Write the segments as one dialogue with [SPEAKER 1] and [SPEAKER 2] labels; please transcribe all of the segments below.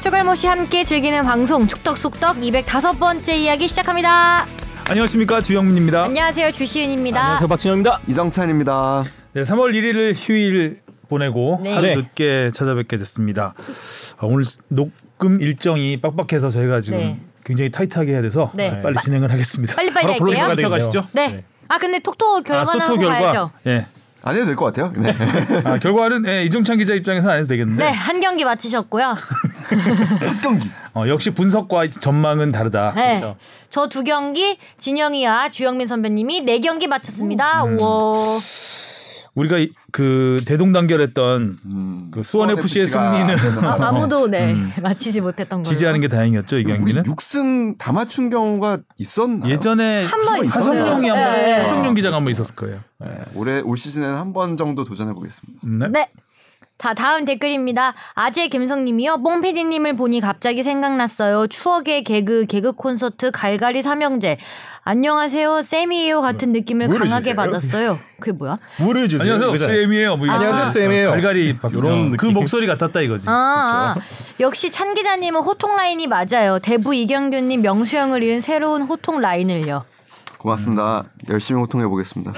[SPEAKER 1] 김현모 씨 함께 즐기는 방송 축덕숙덕 205번째 이야기 시작합니다.
[SPEAKER 2] 안녕하십니까 주영민입니다.
[SPEAKER 1] 안녕하세요 주시은입니다.
[SPEAKER 3] 안녕하세요 박진영입니다.
[SPEAKER 4] 이정찬입니다.
[SPEAKER 2] 네, 3월 1일을 휴일 보내고
[SPEAKER 1] 네.
[SPEAKER 2] 하루
[SPEAKER 3] 네.
[SPEAKER 2] 늦게 찾아뵙게 됐습니다. 아, 오늘 녹음 일정이 빡빡해서 저희가 지금
[SPEAKER 1] 네.
[SPEAKER 2] 굉장히 타이트하게 해야 돼서
[SPEAKER 1] 네.
[SPEAKER 2] 아주 빨리 진행을 하겠습니다.
[SPEAKER 1] 빨리빨리
[SPEAKER 2] 바로
[SPEAKER 1] 할게요.
[SPEAKER 2] 볼링 가시죠.
[SPEAKER 1] 네. 아 근데 톡톡 결과는 하고 가야죠.
[SPEAKER 2] 예.
[SPEAKER 4] 안 해도 될 것 같아요. 네.
[SPEAKER 2] 아, 결과는 예, 이정찬 기자 입장에서는 안 해도 되겠는데
[SPEAKER 1] 네, 한 경기 마치셨고요.
[SPEAKER 4] 첫 경기.
[SPEAKER 2] 어, 역시 분석과 전망은 다르다.
[SPEAKER 1] 네.
[SPEAKER 3] 그렇죠.
[SPEAKER 1] 저 두 경기 진영이와 주영민 선배님이 네 경기 마쳤습니다. 우와.
[SPEAKER 2] 우리가 이- 그 대동단결했던
[SPEAKER 4] 음,
[SPEAKER 2] 그 수원
[SPEAKER 4] 수원
[SPEAKER 2] FC의
[SPEAKER 4] FC 가
[SPEAKER 2] 승리는
[SPEAKER 1] 아, 아무도 네 마치지 못했던 걸로.
[SPEAKER 2] 지지하는 게 다행이었죠 이
[SPEAKER 4] 우리
[SPEAKER 2] 경기는.
[SPEAKER 4] 6승 다 맞춘 경우가 있었나요?
[SPEAKER 2] 예전에
[SPEAKER 1] 아, 한번 있었어요.
[SPEAKER 2] 하성룡이 한번
[SPEAKER 1] 네, 네.
[SPEAKER 2] 하성룡 기자가 한 번 있었을 거예요.
[SPEAKER 4] 네, 올해 올 시즌에는 한 번 정도 도전해 보겠습니다.
[SPEAKER 2] 네.
[SPEAKER 1] 네. 자, 다음 댓글입니다. 아재 김성님이요. 뽕피디님을 보니 갑자기 생각났어요. 추억의 개그, 개그 콘서트, 갈갈이 삼형제. 안녕하세요, 쌤이에요 같은 느낌을
[SPEAKER 3] 물을
[SPEAKER 1] 강하게
[SPEAKER 3] 주세요.
[SPEAKER 1] 받았어요. 그게 뭐야?
[SPEAKER 3] 물을 주세요. 그러니까
[SPEAKER 2] 안녕하세요
[SPEAKER 3] 의사.
[SPEAKER 2] 쌤이에요. 뭐 이거.
[SPEAKER 3] 안녕하세요, 쌤이에요.
[SPEAKER 2] 갈갈이 박런
[SPEAKER 3] 요런
[SPEAKER 2] 그
[SPEAKER 3] 느낌.
[SPEAKER 2] 목소리 같았다 이거지.
[SPEAKER 1] 아, 아. 역시 찬 기자님은 호통 라인이 맞아요. 대부 이경규님 명수형을 잃은 새로운 호통 라인을요.
[SPEAKER 4] 고맙습니다. 열심히 호통해 보겠습니다.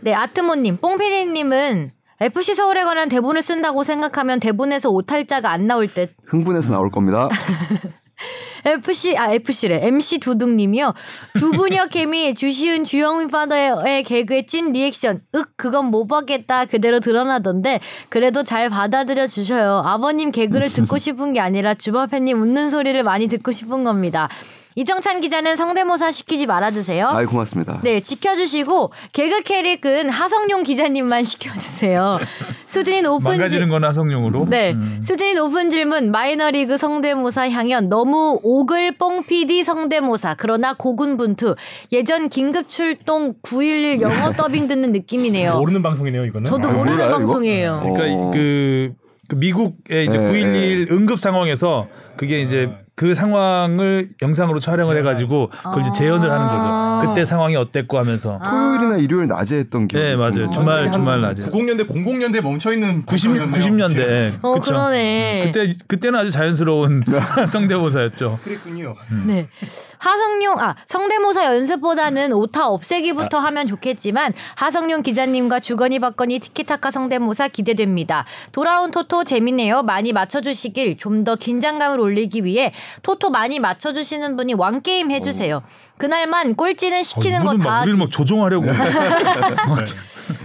[SPEAKER 1] 네, 아트모님, 뽕피디님은 FC 서울에 관한 대본을 쓴다고 생각하면 대본에서 오탈자가 안 나올 듯.
[SPEAKER 4] 흥분해서 나올 겁니다.
[SPEAKER 1] FC 아 FC래 MC 두둥님이요 주부녀 개미 주시은 주영민 파더의 개그의 찐 리액션 윽 그건 못 봤겠다 그대로 드러나던데 그래도 잘 받아들여 주셔요 아버님 개그를 듣고 싶은 게 아니라 주바팬님 웃는 소리를 많이 듣고 싶은 겁니다 이정찬 기자는 성대모사 시키지 말아주세요
[SPEAKER 4] 아이 고맙습니다.
[SPEAKER 1] 네 지켜주시고 개그 캐릭은 하성룡 기자님만 시켜주세요 그 수준이 높은 지
[SPEAKER 2] 망가지는 건 하성룡으로.
[SPEAKER 1] 네.
[SPEAKER 2] 음.
[SPEAKER 1] 수준이 높은 질문. 마이너리그 성대모사 향연. 너무 오글 뽕피디 성대모사. 그러나 고군분투. 예전 긴급 출동 911 영어 더빙 듣는 느낌이네요.
[SPEAKER 3] 모르는 뭐 방송이네요 이거는.
[SPEAKER 1] 저도
[SPEAKER 4] 아,
[SPEAKER 1] 모르는
[SPEAKER 4] 몰라요, 이거?
[SPEAKER 1] 방송이에요.
[SPEAKER 4] 어.
[SPEAKER 2] 그러니까 이- 그, 그 미국의 이제
[SPEAKER 4] 네,
[SPEAKER 2] 911 응급 상황에서 그게 이제 그 상황을 영상으로 촬영을 해가지고 그걸 이제 재현을 하는
[SPEAKER 1] 아.
[SPEAKER 2] 거죠. 그때 상황이 어땠고 하면서.
[SPEAKER 4] 토요일이나 일요일 낮에 했던 기억.
[SPEAKER 2] 네 맞아요. 주말
[SPEAKER 1] 음.
[SPEAKER 2] 주말 낮에.
[SPEAKER 3] 90년대 00년대 멈춰 있는
[SPEAKER 2] 90 90년대.
[SPEAKER 1] 어,
[SPEAKER 2] 그쵸.
[SPEAKER 1] 그러네.
[SPEAKER 2] 그때 그때는 아주 자연스러운 성대모사였죠.
[SPEAKER 3] 그랬군요.
[SPEAKER 2] 음.
[SPEAKER 1] 네. 하성룡, 아, 성대모사 연습보다는 오타 없애기부터
[SPEAKER 2] 아.
[SPEAKER 1] 하면 좋겠지만, 하성룡 기자님과 주거니 받거니 티키타카 성대모사 기대됩니다. 돌아온 토토 재밌네요. 많이 맞춰주시길, 좀 더 긴장감을 올리기 위해, 토토 많이 맞춰주시는 분이 왕게임 해주세요. 그날만 꼴찌는 시키는
[SPEAKER 2] 어, 이분은
[SPEAKER 1] 거
[SPEAKER 2] 막
[SPEAKER 1] 다.
[SPEAKER 2] 우리를 막 조종하려고.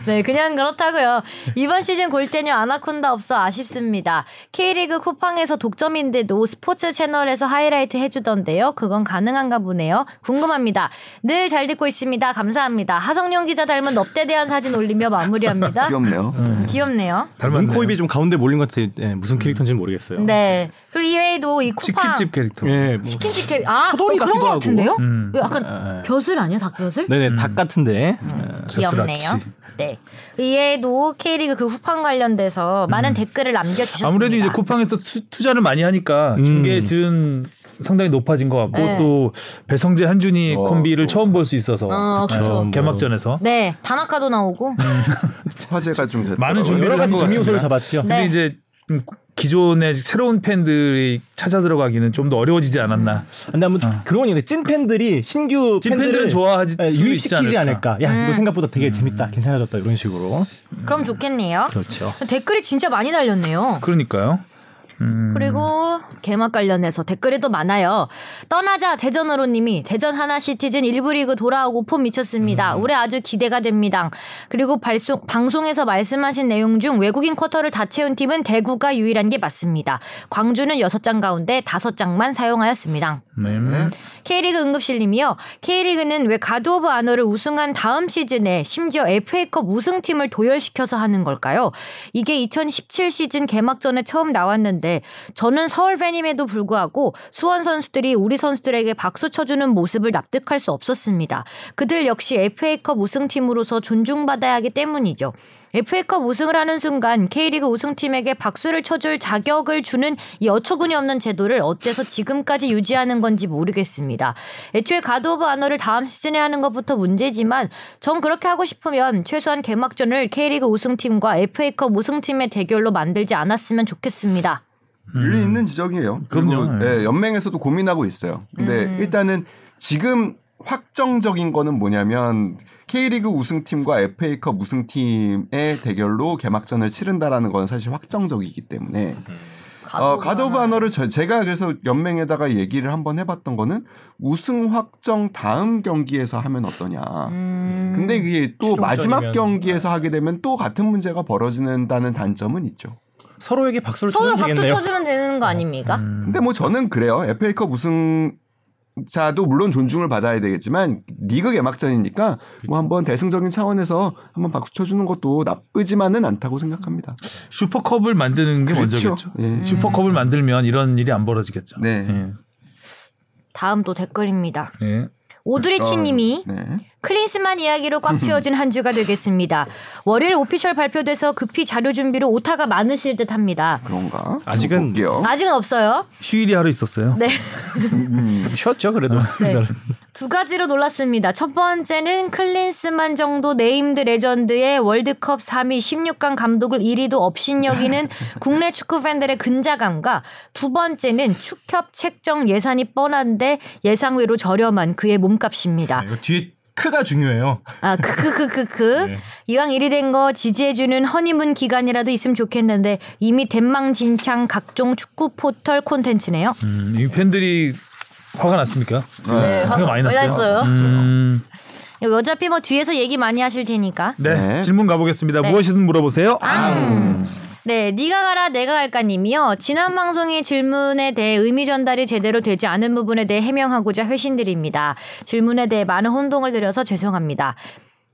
[SPEAKER 1] 네, 그냥 그렇다고요. 이번 시즌 골대녀 아나콘다 없어 아쉽습니다. K리그 쿠팡에서 독점인데도 스포츠 채널에서 하이라이트 해주던데요. 그건 가능한가 보네요. 궁금합니다. 늘 잘 듣고 있습니다. 감사합니다. 하성룡 기자 닮은 넙대 대한 사진 올리며 마무리합니다.
[SPEAKER 4] 귀엽네요.
[SPEAKER 1] 귀엽네요.
[SPEAKER 2] 닮았네요.
[SPEAKER 3] 눈코입이 좀 가운데 몰린 것 같아요. 예, 무슨 캐릭터인지는 모르겠어요.
[SPEAKER 1] 네. 그리고 이외에도 이 쿠팡
[SPEAKER 2] 치킨집 캐릭터.
[SPEAKER 3] 예, 뭐.
[SPEAKER 1] 치킨집 캐 아,
[SPEAKER 3] 서돌이
[SPEAKER 1] 어, 그런
[SPEAKER 3] 같기도
[SPEAKER 1] 것
[SPEAKER 3] 하고.
[SPEAKER 1] 같은데요?
[SPEAKER 2] 음.
[SPEAKER 1] 약간
[SPEAKER 4] 네.
[SPEAKER 3] 아, 아.
[SPEAKER 1] 벼슬 아니야? 닭벼슬?
[SPEAKER 3] 네네 닭 같은데. 음.
[SPEAKER 1] 귀엽네요.
[SPEAKER 2] 벼슬아치.
[SPEAKER 1] 네. 이외에도 K리그 그 후판 관련돼서 많은 댓글을 남겨주셨습니다.
[SPEAKER 2] 음. 아무래도 이제 쿠팡에서 투- 투자를 많이 하니까
[SPEAKER 3] 음.
[SPEAKER 2] 중계질은 상당히 높아진 것 같고
[SPEAKER 1] 네.
[SPEAKER 2] 또 배성재 한준이
[SPEAKER 4] 어,
[SPEAKER 2] 콤비를
[SPEAKER 4] 또.
[SPEAKER 2] 처음 볼 수 있어서
[SPEAKER 1] 어, 그쵸.
[SPEAKER 2] 어, 개막전에서
[SPEAKER 1] 네, 다나카도 나오고.
[SPEAKER 3] 음.
[SPEAKER 4] 화제가 좀 됐다.
[SPEAKER 2] 많은 준비를
[SPEAKER 3] 여러 가지
[SPEAKER 2] 한것
[SPEAKER 3] 재미
[SPEAKER 2] 같습니다.
[SPEAKER 3] 요소를
[SPEAKER 1] 네.
[SPEAKER 3] 잡았죠.
[SPEAKER 2] 근데 이제 좀 기존의 새로운 팬들이 찾아 들어가기는 좀 더 어려워지지 않았나.
[SPEAKER 1] 음.
[SPEAKER 3] 근데 아무튼 그런 건데 찐 팬들이 신규
[SPEAKER 2] 찐 팬들은
[SPEAKER 3] 팬들을
[SPEAKER 2] 좋아하지-
[SPEAKER 3] 예,
[SPEAKER 2] 수도 있지
[SPEAKER 3] 유입시키지
[SPEAKER 2] 않을까.
[SPEAKER 3] 않을까. 음. 야
[SPEAKER 1] 음.
[SPEAKER 3] 이거 생각보다 되게 재밌다. 괜찮아졌다 이런 식으로.
[SPEAKER 1] 그럼 좋겠네요.
[SPEAKER 3] 그렇죠.
[SPEAKER 1] 댓글이 진짜 많이 달렸네요.
[SPEAKER 2] 그러니까요.
[SPEAKER 3] 음.
[SPEAKER 1] 그리고 개막 관련해서 댓글이 또 많아요. 떠나자 대전으로님이 대전 하나 시티즌 1부 리그 돌아오고 폼 미쳤습니다.
[SPEAKER 3] 음.
[SPEAKER 1] 올해 아주 기대가 됩니다. 그리고 발송, 방송에서 말씀하신 내용 중 외국인 쿼터를 다 채운 팀은 대구가 유일한 게 맞습니다. 광주는 6장 가운데 5장만 사용하였습니다.
[SPEAKER 2] 네.
[SPEAKER 3] 음.
[SPEAKER 1] K리그 응급실님이요. K리그는 왜 가드 오브 아너를 우승한 다음 시즌에 심지어 FA컵 우승팀을 도열시켜서 하는 걸까요? 이게 2017 시즌 개막전에 처음 나왔는데 저는 서울 팬임에도 불구하고 수원 선수들이 우리 선수들에게 박수 쳐주는 모습을 납득할 수 없었습니다. 그들 역시 FA컵 우승팀으로서 존중받아야 하기 때문이죠. FA컵 우승을 하는 순간 K리그 우승팀에게 박수를 쳐줄 자격을 주는 이 어처구니 없는 제도를 어째서 지금까지 유지하는 건지 모르겠습니다. 애초에 가드 오브 아너를 다음 시즌에 하는 것부터 문제지만 전 그렇게 하고 싶으면 최소한 개막전을 K리그 우승팀과 FA컵 우승팀의 대결로 만들지 않았으면 좋겠습니다.
[SPEAKER 4] 일리 있는 지적이에요.
[SPEAKER 2] 그럼요.
[SPEAKER 4] 그리고, 예, 연맹에서도 고민하고 있어요. 근데 일단은 지금 확정적인 거는 뭐냐면 K리그 우승팀과 FA컵 우승팀의 대결로 개막전을 치른다라는 건 사실 확정적이기 때문에 어, 가드 오브 아너를 저- 제가 그래서 연맹에다가 얘기를 한번 해봤던 거는 우승 확정 다음 경기에서 하면 어떠냐.
[SPEAKER 1] 음.
[SPEAKER 4] 근데 이게 또
[SPEAKER 3] 최종전이면-
[SPEAKER 4] 마지막 경기에서 하게 되면 또 같은 문제가 벌어지는다는 단점은 있죠.
[SPEAKER 3] 서로에게 박수를
[SPEAKER 1] 서로
[SPEAKER 3] 쳐주면
[SPEAKER 1] 박수
[SPEAKER 3] 되겠네요. 음.
[SPEAKER 1] 쳐주면 되는 거 아닙니까?
[SPEAKER 4] 근데 뭐 저는 그래요. FA컵 우승 자도 물론 존중을 받아야 되겠지만 리그 개막전이니까 뭐 한번 대승적인 차원에서 한번 박수 쳐주는 것도 나쁘지만은 않다고 생각합니다.
[SPEAKER 2] 슈퍼컵을 만드는 게
[SPEAKER 4] 그렇죠.
[SPEAKER 2] 먼저겠죠.
[SPEAKER 4] 예.
[SPEAKER 1] 음.
[SPEAKER 2] 슈퍼컵을 만들면 이런 일이 안 벌어지겠죠.
[SPEAKER 4] 네.
[SPEAKER 1] 다음 또 댓글입니다.
[SPEAKER 2] 예. 예.
[SPEAKER 3] 네,
[SPEAKER 1] 오드리치님이
[SPEAKER 4] 네.
[SPEAKER 1] 클린스만 이야기로 꽉 채워진 한 주가 되겠습니다. 월요일 오피셜 발표돼서 급히 자료 준비로 오타가 많으실 듯합니다.
[SPEAKER 4] 그런가? 좀
[SPEAKER 3] 아직은-
[SPEAKER 4] 볼게요.
[SPEAKER 1] 아직은 없어요.
[SPEAKER 2] 휴일이 하루 있었어요.
[SPEAKER 1] 네.
[SPEAKER 3] 쉬었죠 그래도.
[SPEAKER 1] 네.
[SPEAKER 3] 그날은.
[SPEAKER 1] 두 가지로 놀랐습니다. 첫 번째는 클린스만 정도 네임드 레전드의 월드컵 3위 16강 감독을 1위도 업신여기는 국내 축구 팬들의 근자감과 두 번째는 축협 책정 예산이 뻔한데 예상외로 저렴한 그의 몸값입니다.
[SPEAKER 3] 이거 뒤에 크가 중요해요.
[SPEAKER 1] 아, 크크크크크.
[SPEAKER 3] 네.
[SPEAKER 1] 이왕 일이 된 거 지지해주는 허니문 기간이라도 있으면 좋겠는데 이미 대망진창 각종 축구 포털 콘텐츠네요.
[SPEAKER 2] 음, 이 팬들이 화가 났습니까?
[SPEAKER 1] 네,
[SPEAKER 2] 화가 많이 났어요. 음,
[SPEAKER 1] 어차피 뭐 뒤에서 얘기 많이 하실 테니까.
[SPEAKER 2] 네.
[SPEAKER 4] 네.
[SPEAKER 2] 질문 가보겠습니다.
[SPEAKER 1] 네.
[SPEAKER 2] 무엇이든 물어보세요. 아,
[SPEAKER 1] 네, 네가 가라 내가 갈까 님이요. 지난 방송의 질문에 대해 의미 전달이 제대로 되지 않은 부분에 대해 해명하고자 회신드립니다. 질문에 대해 많은 혼동을 드려서 죄송합니다.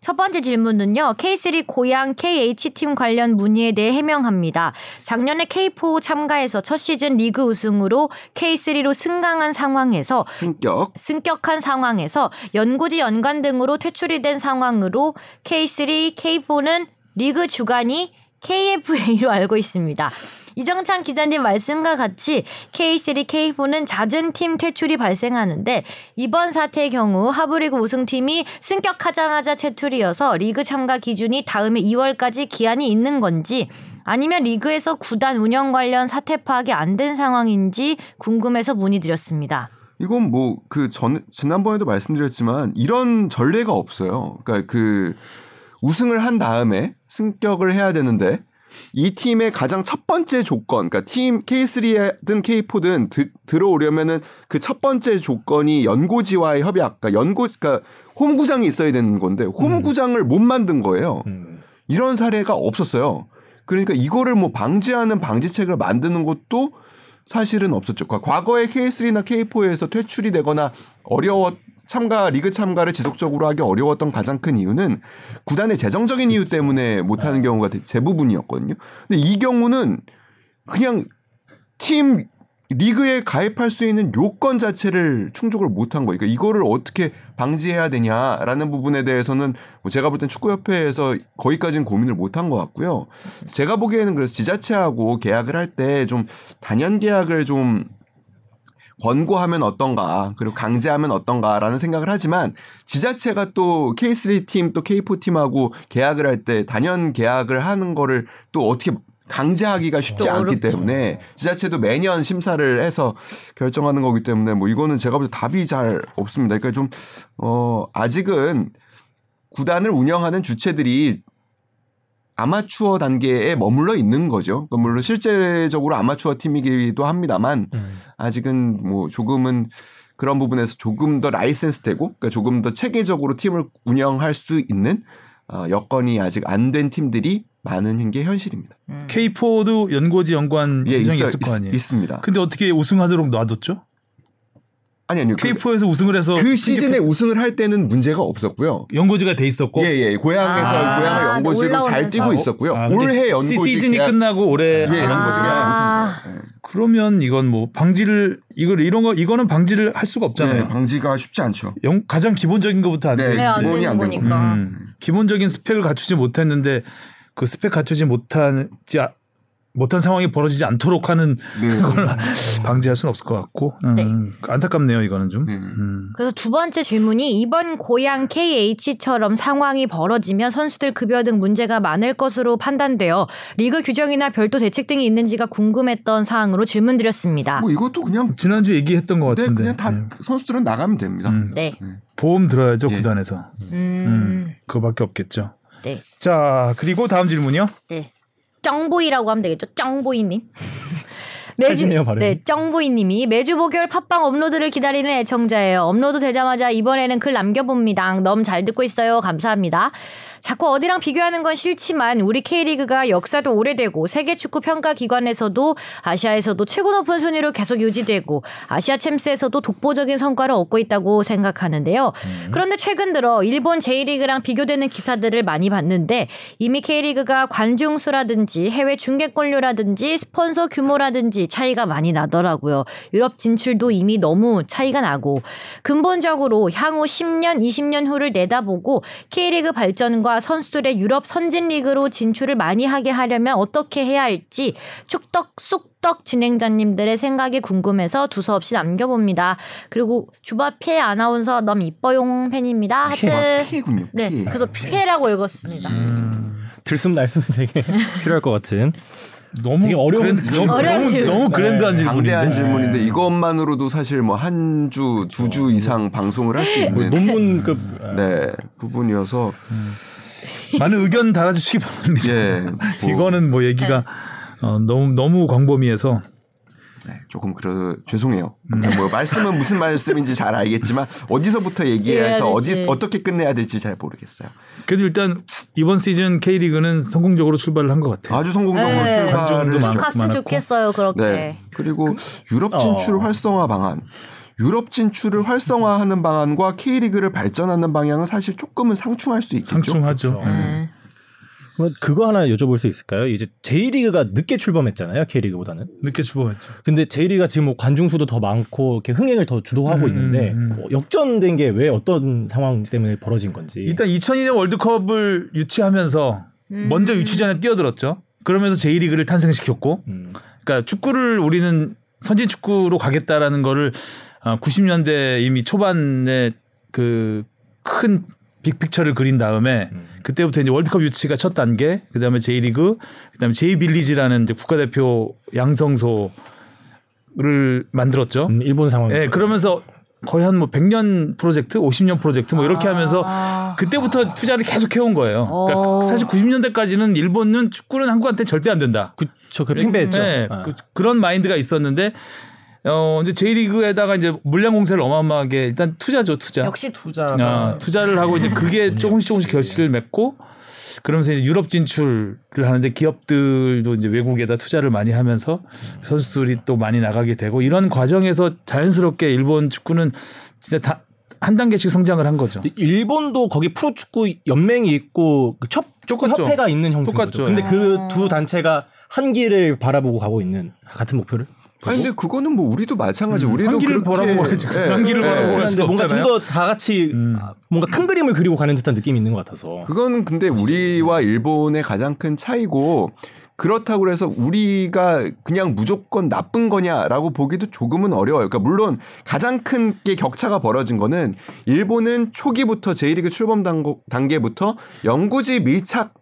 [SPEAKER 1] 첫 번째 질문은요. K3 고양 KH팀 관련 문의에 대해 해명합니다. 작년에 K4 참가해서 첫 시즌 리그 우승으로 K3로 승강한 상황에서
[SPEAKER 4] 승격.
[SPEAKER 1] 승격한 상황에서 연고지 연관 등으로 퇴출이 된 상황으로 K3, K4는 리그 주관이 KFA로 알고 있습니다. 이정찬 기자님 말씀과 같이 K3, K4는 잦은 팀 퇴출이 발생하는데 이번 사태의 경우 하부리그 우승팀이 승격하자마자 퇴출이어서 리그 참가 기준이 다음해 2월까지 기한이 있는 건지 아니면 리그에서 구단 운영 관련 사태 파악이 안 된 상황인지 궁금해서 문의드렸습니다.
[SPEAKER 4] 이건 뭐 그 전 지난번에도 말씀드렸지만 이런 전례가 없어요. 그러니까 그 우승을 한 다음에 승격을 해야 되는데 이 팀의 가장 첫 번째 조건, 그러니까 팀 K3든 K4든 들어오려면은 그 첫 번째 조건이 연고지와의 협약, 그러니까 연고, 그러니까 홈구장이 있어야 되는 건데 홈구장을 못 만든 거예요. 이런 사례가 없었어요. 그러니까 이거를 뭐 방지하는 방지책을 만드는 것도 사실은 없었죠. 그러니까 과- 과거에 K3나 K4에서 퇴출이 되거나 어려웠 참가 리그 참가를 지속적으로 하기 어려웠던 가장 큰 이유는 구단의 재정적인 이유 때문에 못하는 경우가 대- 대부분이었거든요. 근데 이 경우는 그냥 팀 리그에 가입할 수 있는 요건 자체를 충족을 못한 거예요. 그러니까 이거를 어떻게 방지해야 되냐라는 부분에 대해서는 뭐 제가 볼 땐 축구협회에서 거기까지는 고민을 못한 것 같고요. 제가 보기에는 그래서 지자체하고 계약을 할 때 좀 단연 계약을 좀 권고하면 어떤가 그리고 강제하면 어떤가라는 생각을 하지만 지자체가 또 K3 팀 또 K4 팀하고 계약을 할 때 단연 계약을 하는 거를 또 어떻게 강제하기가 쉽지 않기 때문에 지자체도 매년 심사를 해서 결정하는 거기 때문에 뭐 이거는 제가 볼 때 답이 잘 없습니다. 그러니까 좀, 어, 아직은 구단을 운영하는 주체들이 아마추어 단계에 머물러 있는 거죠. 그러니까 물론 실제적으로 아마추어 팀이기도 합니다만 아직은 뭐 조금은 그런 부분에서 조금 더 라이센스되고 그러니까 조금 더 체계적으로 팀을 운영할 수 있는 어, 여건이 아직 안 된 팀들이 많은 게 현실입니다.
[SPEAKER 1] 음.
[SPEAKER 2] K4도 연고지 연관
[SPEAKER 4] 예,
[SPEAKER 2] 규정이
[SPEAKER 4] 있어-
[SPEAKER 2] 있을 거 아니에요. 그
[SPEAKER 4] 있, 습니다
[SPEAKER 2] 근데 어떻게 우승하도록 놔뒀죠?
[SPEAKER 4] 아니 아니요. 그-
[SPEAKER 2] K4에서 우승을 해서
[SPEAKER 4] 그 시즌에 우승을 할 때는 문제가 없었고요.
[SPEAKER 2] 연고지가 돼 있었고
[SPEAKER 4] 예, 예. 고향에서
[SPEAKER 1] 아,
[SPEAKER 4] 고향을 연고지로 잘
[SPEAKER 1] 올라오면서.
[SPEAKER 4] 뛰고 있었고요.
[SPEAKER 2] 아, 근데
[SPEAKER 4] 올해 연고지
[SPEAKER 2] 시- 시즌이
[SPEAKER 4] 계약-
[SPEAKER 2] 끝나고 아, 올해
[SPEAKER 4] 예, 연고지 계약.
[SPEAKER 1] 아.
[SPEAKER 2] 그러면 이건 뭐 방지를 이걸 이런 거 이거는 방지를 할 수가 없잖아요.
[SPEAKER 4] 네, 방지가 쉽지 않죠.
[SPEAKER 2] 영- 가장 기본적인 것부터 안
[SPEAKER 4] 네,
[SPEAKER 2] 돼.
[SPEAKER 1] 네, 안
[SPEAKER 4] 기본이
[SPEAKER 1] 되는
[SPEAKER 4] 안 되는
[SPEAKER 1] 거니까.
[SPEAKER 4] 음.
[SPEAKER 2] 음, 기본적인 스펙을 갖추지 못했는데 그 스펙 갖추지 못하지 아- 못한 상황이 벌어지지 않도록 하는
[SPEAKER 4] 네.
[SPEAKER 2] 그걸 방지할 수는 없을 것 같고
[SPEAKER 1] 네.
[SPEAKER 2] 음, 안타깝네요 이거는 좀.
[SPEAKER 4] 네.
[SPEAKER 2] 음.
[SPEAKER 1] 그래서 두 번째 질문이 이번 고양 KH처럼 상황이 벌어지면 선수들 급여 등 문제가 많을 것으로 판단되어 리그 규정이나 별도 대책 등이 있는지가 궁금했던 사항으로 질문드렸습니다.
[SPEAKER 4] 뭐 이것도 그냥
[SPEAKER 2] 지난주 얘기했던 것
[SPEAKER 4] 네,
[SPEAKER 2] 같은데.
[SPEAKER 4] 그냥 다
[SPEAKER 2] 음.
[SPEAKER 4] 선수들은 나가면 됩니다.
[SPEAKER 2] 음.
[SPEAKER 1] 네.
[SPEAKER 2] 보험 들어야죠
[SPEAKER 4] 예.
[SPEAKER 2] 구단에서.
[SPEAKER 1] 음.
[SPEAKER 2] 그거밖에 없겠죠.
[SPEAKER 1] 네.
[SPEAKER 2] 자 그리고 다음 질문이요.
[SPEAKER 1] 네. 정보이라고 하면 되겠죠. 정보이님.
[SPEAKER 3] 최진이에요, 발음이.
[SPEAKER 1] 네, 정보이님이 매주 목요일 팟빵 업로드를 기다리는 애청자예요. 업로드 되자마자 이번에는 글 남겨봅니다. 너무 잘 듣고 있어요. 감사합니다. 자꾸 어디랑 비교하는 건 싫지만 우리 K리그가 역사도 오래되고 세계 축구 평가 기관에서도 아시아에서도 최고 높은 순위로 계속 유지되고 아시아 챔스에서도 독보적인 성과를 얻고 있다고 생각하는데요.
[SPEAKER 3] 음.
[SPEAKER 1] 그런데 최근 들어 일본 J리그랑 비교되는 기사들을 많이 봤는데 이미 K리그가 관중 수라든지 해외 중계권료라든지 스폰서 규모라든지 차이가 많이 나더라고요. 유럽 진출도 이미 너무 차이가 나고 근본적으로 향후 10년, 20년 후를 내다보고 K리그 발전과 선수들의 유럽 선진 리그로 진출을 많이 하게 하려면 어떻게 해야 할지 축덕 쑥덕 진행자님들의 생각이 궁금해서 두서없이 남겨봅니다. 그리고 주바피에 아나운서 넘 이뻐용 팬입니다. 하트.
[SPEAKER 4] 아, 피해, 피해군요.
[SPEAKER 1] 네,
[SPEAKER 4] 피해.
[SPEAKER 1] 그래서 피해라고 읽었습니다.
[SPEAKER 3] 들숨 날숨 되게 필요할 것 같은.
[SPEAKER 2] 너무
[SPEAKER 3] 되게 어려운
[SPEAKER 2] 그랜드-
[SPEAKER 3] 질문.
[SPEAKER 2] 너무-
[SPEAKER 1] 어려운
[SPEAKER 2] 너무-
[SPEAKER 1] 질문.
[SPEAKER 2] 너무
[SPEAKER 4] 네,
[SPEAKER 2] 그랜드한
[SPEAKER 4] 방대한
[SPEAKER 2] 질문인데.
[SPEAKER 4] 질문인데 이것만으로도 사실 뭐 한 주 두 주 이상 방송을 할 수
[SPEAKER 3] 뭐
[SPEAKER 4] 있는
[SPEAKER 3] 논문급
[SPEAKER 4] 네 부분이어서
[SPEAKER 2] 많은 의견 달아주시기 바랍니다.
[SPEAKER 4] 예 뭐,
[SPEAKER 2] 이거는 뭐 얘기가
[SPEAKER 1] 네.
[SPEAKER 2] 어, 너무 너무 광범위해서
[SPEAKER 4] 네, 조금 그래 죄송해요. 그냥 뭐 말씀은 무슨 말씀인지 잘 알겠지만 어디서부터
[SPEAKER 1] 이해해야
[SPEAKER 4] 얘기해서 어디
[SPEAKER 1] 되지.
[SPEAKER 4] 어떻게 끝내야 될지 잘 모르겠어요.
[SPEAKER 2] 그래도 일단 이번 시즌 K리그는 성공적으로 출발을 한 것 같아요.
[SPEAKER 4] 그 아주 성공적으로
[SPEAKER 1] 네.
[SPEAKER 4] 출발을
[SPEAKER 2] 관중도
[SPEAKER 4] 했죠.
[SPEAKER 2] 많고.
[SPEAKER 1] 갔으면
[SPEAKER 2] 많았고.
[SPEAKER 1] 좋겠어요. 그렇게.
[SPEAKER 4] 네. 그리고 유럽 진출
[SPEAKER 3] 어.
[SPEAKER 4] 활성화 방안. 유럽 진출을 활성화하는 방안과 K리그를 발전하는 방향은 사실 조금은 상충할 수 있겠죠.
[SPEAKER 2] 상충하죠. 네.
[SPEAKER 1] 음.
[SPEAKER 3] 그럼 그거 하나 여쭤볼 수 있을까요? 이제 J리그가 늦게 출범했잖아요, K리그보다는.
[SPEAKER 2] 늦게 출범했죠.
[SPEAKER 3] 근데 J리그가 지금 뭐 관중수도 더 많고 이렇게 흥행을 더 주도하고
[SPEAKER 2] 음,
[SPEAKER 3] 있는데
[SPEAKER 2] 음.
[SPEAKER 3] 뭐 역전된 게 왜 어떤 상황 때문에 벌어진 건지.
[SPEAKER 2] 예. 일단 2002년 월드컵을 유치하면서 먼저 유치전에 뛰어들었죠. 그러면서 제1리그를 탄생시켰고,
[SPEAKER 3] 음.
[SPEAKER 2] 그러니까 축구를 우리는 선진 축구로 가겠다라는 거를 90년대 이미 초반에 그 큰 빅픽처를 그린 다음에
[SPEAKER 3] 음.
[SPEAKER 2] 그때부터 이제 월드컵 유치가 첫 단계, 그다음에 J리그, 그다음에 J빌리지라는 이제 국가대표 양성소를 만들었죠.
[SPEAKER 3] 음, 일본 상황.
[SPEAKER 2] 예, 그러면서 거의 한 뭐 100년 프로젝트, 50년 프로젝트 뭐 이렇게 하면서
[SPEAKER 1] 아.
[SPEAKER 2] 그때부터 투자를 계속 해온 거예요. 그러니까
[SPEAKER 1] 어.
[SPEAKER 2] 사실 90년대까지는 일본은 축구는 한국한테 절대 안 된다.
[SPEAKER 3] 그쵸, 그 팽배했죠.
[SPEAKER 2] 예,
[SPEAKER 3] 아.
[SPEAKER 2] 그, 런 마인드가 있었는데 어 이제 J리그에다가 이제 물량 공세를 어마어마하게 일단 투자죠, 투자.
[SPEAKER 1] 역시
[SPEAKER 3] 투자가
[SPEAKER 2] 아, 투자를 하고 이제 그게 조금씩 조금씩 결실을 맺고 그러면서 이제 유럽 진출을 하는데 기업들도 이제 외국에다 투자를 많이 하면서 선수들이 또 많이 나가게 되고 이런 과정에서 자연스럽게 일본 축구는 진짜 다, 한 단계씩 성장을 한 거죠.
[SPEAKER 3] 근데 일본도 거기 프로축구 연맹이 있고 그 첩, 축구
[SPEAKER 2] 똑같죠.
[SPEAKER 3] 협회가 있는 형태죠.
[SPEAKER 2] 똑같죠.
[SPEAKER 3] 근데 그
[SPEAKER 1] 아.
[SPEAKER 3] 두 단체가 한 길을 바라보고 가고 있는 같은 목표를.
[SPEAKER 4] 아니 근데 그거는 뭐 우리도 마찬가지. 우리도
[SPEAKER 2] 한 길을
[SPEAKER 4] 그렇게
[SPEAKER 2] 보라고 해야지.
[SPEAKER 4] 예,
[SPEAKER 2] 한 길을
[SPEAKER 4] 예.
[SPEAKER 2] 보라고 해야지.
[SPEAKER 3] 그런데 뭔가 좀
[SPEAKER 2] 없잖아요.
[SPEAKER 3] 더 다 같이
[SPEAKER 2] 음.
[SPEAKER 3] 아, 뭔가 큰 그림을 그리고 가는 듯한 느낌이 있는 것 같아서.
[SPEAKER 4] 그건 근데 우리와 일본의 가장 큰 차이고 그렇다고 해서 우리가 그냥 무조건 나쁜 거냐라고 보기도 조금은 어려워요. 그러니까 물론 가장 큰 게 격차가 벌어진 거는 일본은 초기부터 제1리그 출범 단고- 단계부터 영구지 밀착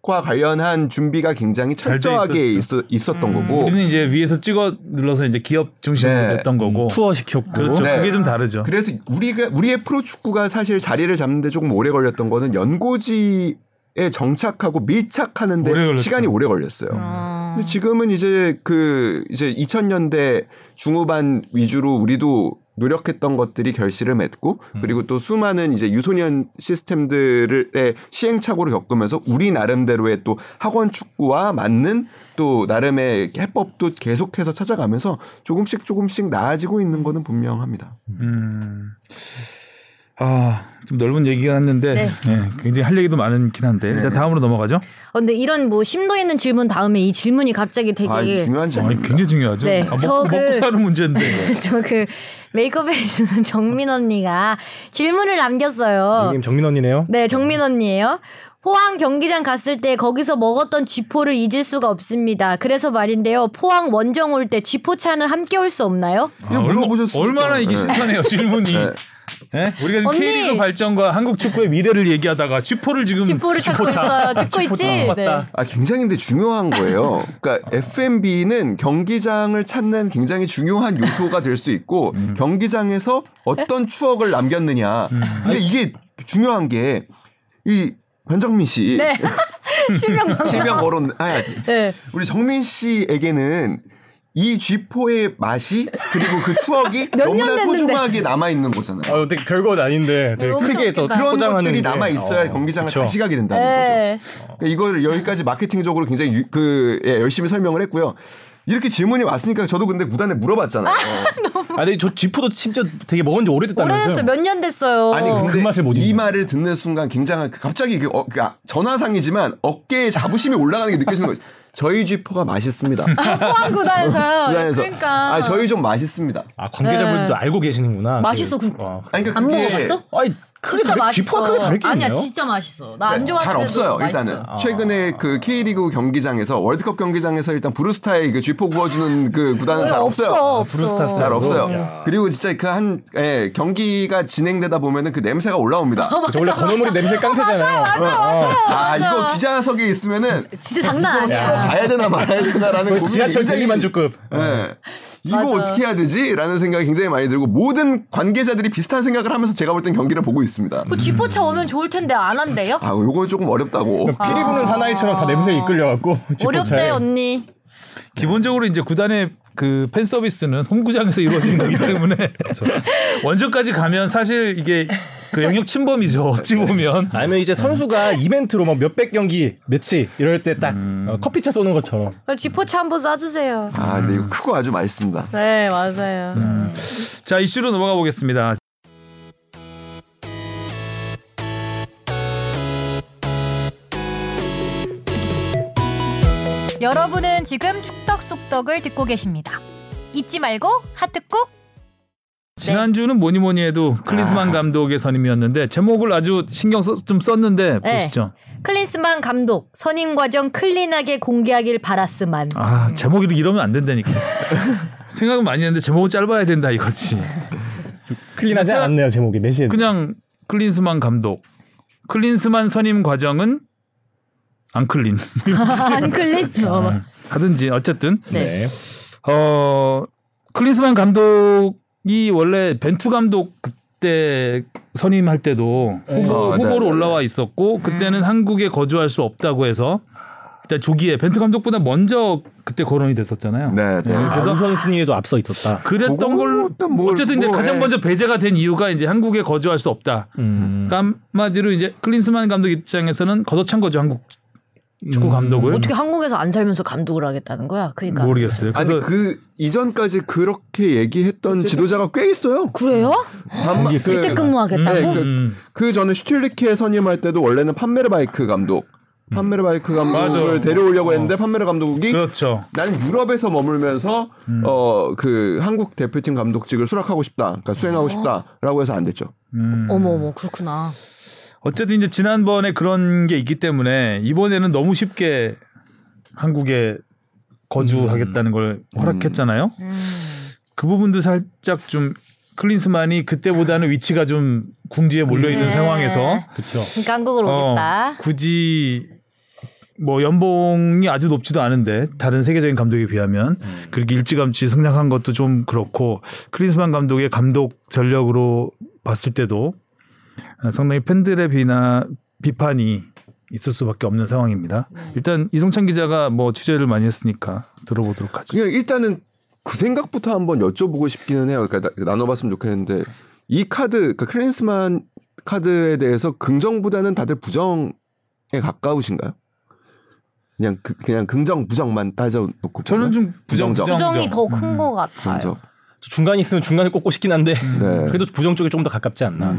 [SPEAKER 4] 과 관련한 준비가 굉장히
[SPEAKER 2] 잘돼
[SPEAKER 4] 철저하게 있었, 던 거고
[SPEAKER 2] 우리는 이제 위에서 찍어 눌러서 이제 기업 중심으로
[SPEAKER 4] 네.
[SPEAKER 2] 됐던 거고.
[SPEAKER 3] 투어 시켰고.
[SPEAKER 2] 그렇죠.
[SPEAKER 4] 네.
[SPEAKER 2] 그게 좀 다르죠.
[SPEAKER 4] 그래서 우리가 우리의 프로축구가 사실 자리를 잡는데 조금 오래 걸렸던 거는 연고지에 정착하고 밀착하는데
[SPEAKER 2] 오래 걸렸죠.
[SPEAKER 4] 시간이 오래 걸렸어요.
[SPEAKER 1] 어.
[SPEAKER 4] 근데 지금은 이제 그 이제 2000년대 중후반 위주로 우리도 노력했던 것들이 결실을 맺고
[SPEAKER 2] 음.
[SPEAKER 4] 그리고 또 수많은 이제 유소년 시스템들의 시행착오를 겪으면서 우리 나름대로의 또 학원 축구와 맞는 또 나름의 해법도 계속해서 찾아가면서 조금씩 조금씩 나아지고 있는 거는 분명합니다.
[SPEAKER 2] 음. 아, 좀 넓은 얘기긴 했는데
[SPEAKER 1] 네.
[SPEAKER 2] 예, 굉장히 할 얘기도 많긴 한데
[SPEAKER 4] 네.
[SPEAKER 2] 일단 다음으로 넘어가죠.
[SPEAKER 1] 어, 근데 이런 뭐 심도 있는 질문 다음에 이 질문이 갑자기 되게
[SPEAKER 4] 아, 중요한
[SPEAKER 2] 아니,
[SPEAKER 4] 질문입니다.
[SPEAKER 2] 굉장히 중요하죠.
[SPEAKER 1] 네,
[SPEAKER 2] 아, 먹고,
[SPEAKER 1] 저 그-
[SPEAKER 2] 먹고 사는 문제인데.
[SPEAKER 1] 저 그 메이크업 해주는 정민 언니가 질문을 남겼어요.
[SPEAKER 3] 님 정민 언니네요.
[SPEAKER 1] 네, 정민 언니예요. 포항 경기장 갔을 때 거기서 먹었던 쥐포를 잊을 수가 없습니다. 그래서 말인데요. 포항 원정 올 때 쥐포차는 함께 올 수 없나요?
[SPEAKER 4] 아, 이거 물어보셨으니까.
[SPEAKER 2] 얼마나 이게
[SPEAKER 4] 네.
[SPEAKER 2] 신선해요 질문이. 예? 우리가 지금
[SPEAKER 1] 언니.
[SPEAKER 2] K리그 발전과 한국 축구의 미래를 얘기하다가 쥐포를 지금
[SPEAKER 1] 쥐포를 찾고 있어요. 듣고 있지? 네.
[SPEAKER 2] 맞다.
[SPEAKER 4] 아, 굉장히 근데 중요한 거예요. 그러니까 FMB는 경기장을 찾는 굉장히 중요한 요소가 될 수 있고 경기장에서 어떤 추억을 남겼느냐. 근데 이게 중요한 게 이 변정민 씨
[SPEAKER 1] 네. 실명 광고.
[SPEAKER 4] 실명 거론 해야지.
[SPEAKER 1] 네.
[SPEAKER 4] 우리 정민 씨에게는 이 G4의 맛이 그리고 그 추억이
[SPEAKER 1] 몇년
[SPEAKER 4] 너무나
[SPEAKER 1] 됐는데.
[SPEAKER 4] 소중하게 남아 있는 거잖아요.
[SPEAKER 3] 근데 결과는 아닌데 되게
[SPEAKER 1] 너무
[SPEAKER 3] 크게 저
[SPEAKER 1] 좋겠다.
[SPEAKER 4] 그런
[SPEAKER 3] 포장하는
[SPEAKER 4] 것들이
[SPEAKER 3] 게-
[SPEAKER 4] 남아 있어야
[SPEAKER 3] 어,
[SPEAKER 4] 경기장을
[SPEAKER 3] 그쵸.
[SPEAKER 4] 다시 가게 된다는 거죠.
[SPEAKER 1] 네.
[SPEAKER 4] 그러니까 이걸 여기까지 마케팅적으로 굉장히 유- 그 예, 열심히 설명을 했고요. 이렇게 질문이 왔으니까 저도 근데 구단에 물어봤잖아요.
[SPEAKER 3] 아, 근데 저 지포도 진짜 되게 먹은 지 오래됐다면서요?
[SPEAKER 1] 오래됐어요. 몇 년 됐어요.
[SPEAKER 4] 아니 근데
[SPEAKER 3] 그 맛을 못
[SPEAKER 4] 이
[SPEAKER 3] 잊는
[SPEAKER 4] 말을 듣는 순간 굉장한 그 갑자기 그 어, 그 아, 전화상이지만 어깨에 자부심이 올라가는 게 느껴지는 거죠. 저희 G4가 맛있습니다.
[SPEAKER 1] 포항 구단에서요.
[SPEAKER 4] 구단에서
[SPEAKER 1] 아, 그러니까.
[SPEAKER 4] 아 저희 좀 맛있습니다.
[SPEAKER 3] 아 관계자분들도
[SPEAKER 1] 네.
[SPEAKER 3] 알고 계시는구나.
[SPEAKER 1] 맛있어,
[SPEAKER 3] 그-
[SPEAKER 1] 그-
[SPEAKER 3] 어.
[SPEAKER 4] 아니 그러니까
[SPEAKER 1] 안
[SPEAKER 4] 그게
[SPEAKER 1] 먹어봤어?
[SPEAKER 3] 아니 크게
[SPEAKER 1] 진짜
[SPEAKER 3] 다르-
[SPEAKER 1] 맛있어.
[SPEAKER 3] 지포가 크게 다르겠네요.
[SPEAKER 1] 아니야, 진짜 맛있어. 나 안
[SPEAKER 4] 잘
[SPEAKER 1] 좋아하는데도
[SPEAKER 4] 없어요.
[SPEAKER 1] 맛있어요.
[SPEAKER 4] 일단은 최근에 그 K리그 경기장에서 월드컵 경기장에서 일단 브루스타의 그 쥐포 구워주는 그 구단은 잘 없어요.
[SPEAKER 1] 없어.
[SPEAKER 3] 아, 브루스타
[SPEAKER 1] 없어.
[SPEAKER 4] 잘
[SPEAKER 3] 스타일로.
[SPEAKER 4] 없어요.
[SPEAKER 3] 야.
[SPEAKER 4] 그리고 진짜 그 한 예, 경기가 진행되다 보면은 그 냄새가 올라옵니다.
[SPEAKER 3] 저 그렇죠. 원래 건어물이 냄새 깡패잖아요.
[SPEAKER 4] 아 이거 기자석에 있으면은
[SPEAKER 1] 진짜 장난
[SPEAKER 4] 이거 서로
[SPEAKER 1] 아니야.
[SPEAKER 4] 가야 되나 말아야
[SPEAKER 2] 그
[SPEAKER 4] 되나라는 고민이
[SPEAKER 3] 그 지하철
[SPEAKER 4] 굉장히-
[SPEAKER 3] 대리만족급.
[SPEAKER 2] 어.
[SPEAKER 4] 예. 이거
[SPEAKER 1] 맞아.
[SPEAKER 4] 어떻게 해야 되지?라는 생각이 굉장히 많이 들고 모든 관계자들이 비슷한 생각을 하면서 제가 볼 땐 경기를 보고 있습니다.
[SPEAKER 1] 그 쥐포차 오면 좋을 텐데 안 한대요?
[SPEAKER 4] 아, 요거 조금 어렵다고.
[SPEAKER 2] 아.
[SPEAKER 3] 피리부는 사나이처럼 다 냄새에 이끌려갖고
[SPEAKER 1] 아. 어렵대
[SPEAKER 3] 지포차에.
[SPEAKER 1] 언니.
[SPEAKER 2] 기본적으로 이제 구단의 그 팬 서비스는 홈구장에서 이루어지는 거기 때문에 원정까지 가면 사실 이게 그 영역 침범이죠. 어찌
[SPEAKER 4] 네.
[SPEAKER 2] 보면
[SPEAKER 3] 아니면 이제 선수가 이벤트로 막 몇백 경기 매치 이럴 때 딱 어, 커피차 쏘는 것처럼
[SPEAKER 1] 쥐포차 한번 쏴주세요.
[SPEAKER 4] 아, 근데 이거 크고 아주 맛있습니다.
[SPEAKER 1] 네 맞아요.
[SPEAKER 2] 자 이슈로 넘어가 보겠습니다.
[SPEAKER 1] 네.
[SPEAKER 5] 여러분은 지금 축덕 속덕을 듣고 계십니다. 잊지 말고 하트 꾹.
[SPEAKER 2] 지난주는 뭐니 뭐니 해도
[SPEAKER 4] 아.
[SPEAKER 2] 클린스만 감독의 선임이었는데 제목을 아주 신경 써, 좀 썼는데
[SPEAKER 1] 네.
[SPEAKER 2] 보시죠.
[SPEAKER 1] 클린스만 감독 선임 과정 클린하게 공개하길 바랐으만.
[SPEAKER 2] 아 제목이 이러면 안 된다니까. 생각은 많이 했는데 제목은 짧아야 된다 이거지.
[SPEAKER 3] 클린하지
[SPEAKER 2] 그래서-
[SPEAKER 3] 않네요 제목이 매시에
[SPEAKER 2] 그냥 클린스만 감독. 클린스만 선임 과정은 안 클린.
[SPEAKER 3] 아,
[SPEAKER 1] 안 클린? 어.
[SPEAKER 3] 네.
[SPEAKER 2] 하든지 어쨌든
[SPEAKER 1] 네.
[SPEAKER 2] 어 클린스만 감독이 원래 벤투 감독 그때 선임할 때도 후보,
[SPEAKER 4] 어,
[SPEAKER 3] 아,
[SPEAKER 4] 네,
[SPEAKER 2] 후보로
[SPEAKER 4] 네, 네.
[SPEAKER 2] 올라와 있었고 그때는 한국에 거주할 수 없다고 해서 일단 조기에 벤투 감독보다 먼저 그때 거론이 됐었잖아요.
[SPEAKER 4] 네, 네.
[SPEAKER 3] 아,
[SPEAKER 2] 그래서
[SPEAKER 3] 우선 순위에도 앞서 있었다.
[SPEAKER 2] 그랬던 걸로
[SPEAKER 4] 그거는 뭐-
[SPEAKER 2] 어쨌든 이제
[SPEAKER 4] 뭐,
[SPEAKER 2] 가장
[SPEAKER 4] 예.
[SPEAKER 2] 먼저 배제가 된 이유가 이제 한국에 거주할 수 없다.
[SPEAKER 3] 음.
[SPEAKER 2] 그러니까 한마디로 이제 클린스만 감독 입장에서는 걷어찬 거죠 한국 축구
[SPEAKER 3] 음.
[SPEAKER 2] 감독을
[SPEAKER 1] 어떻게 한국에서 안 살면서 감독을 하겠다는 거야? 그러니까.
[SPEAKER 2] 모르겠어요. 그래서
[SPEAKER 4] 아니 그 이전까지 그렇게 얘기했던 지도자가 꽤 있어요.
[SPEAKER 1] 그래요?
[SPEAKER 2] 아,
[SPEAKER 4] 반마,
[SPEAKER 1] 그때 근무하겠다고?
[SPEAKER 4] 네, 그-
[SPEAKER 2] 음.
[SPEAKER 4] 그 전에 슈틸리케 선임할 때도 원래는 판메르바이크 감독, 판메르바이크 감독을
[SPEAKER 2] 맞아. 어.
[SPEAKER 4] 데려오려고 했는데 판메르 감독이
[SPEAKER 2] 그렇죠.
[SPEAKER 4] 나는 유럽에서 머물면서 어 그 한국 대표팀 감독직을 수락하고 싶다, 그러니까 수행하고 싶다라고 해서 안 됐죠.
[SPEAKER 1] 어머 어머 그렇구나.
[SPEAKER 2] 음. 어쨌든 이제 지난번에 그런 게 있기 때문에 이번에는 너무 쉽게 한국에 거주하겠다는 걸 허락했잖아요.
[SPEAKER 1] 음.
[SPEAKER 2] 그 부분도 살짝 좀 클린스만이 그때보다는 위치가 좀 궁지에 몰려 있는
[SPEAKER 1] 네.
[SPEAKER 2] 상황에서
[SPEAKER 3] 그렇죠.
[SPEAKER 1] 그러니까 한국으로
[SPEAKER 2] 어,
[SPEAKER 1] 오겠다.
[SPEAKER 2] 굳이 뭐 연봉이 아주 높지도 않은데 다른 세계적인 감독에 비하면 그렇게 일찌감치 성장한 것도 좀 그렇고 크리스만 감독의 감독 전력으로 봤을 때도 상당히 팬들의 비나 비판이 있을 수밖에 없는 상황입니다. 일단 이성찬 기자가 뭐 취재를 많이 했으니까 들어보도록 하죠.
[SPEAKER 4] 그냥 일단은 그 생각부터 한번 여쭤보고 싶기는 해요. 그러니까 나- 나눠봤으면 좋겠는데 이 카드, 그러니까 클린스만 카드에 대해서 긍정보다는 다들 부정에 가까우신가요? 그냥 그, 냥 긍정 부정만 따져놓고
[SPEAKER 2] 저는
[SPEAKER 4] 보면?
[SPEAKER 2] 좀 부정
[SPEAKER 4] 부정적.
[SPEAKER 1] 부정이
[SPEAKER 2] 부정적.
[SPEAKER 1] 더 큰 것 같아요.
[SPEAKER 4] 부정적.
[SPEAKER 3] 중간이 있으면 중간에 꽂고 싶긴 한데
[SPEAKER 4] 네.
[SPEAKER 3] 그래도 부정 쪽에 조금 더 가깝지 않나.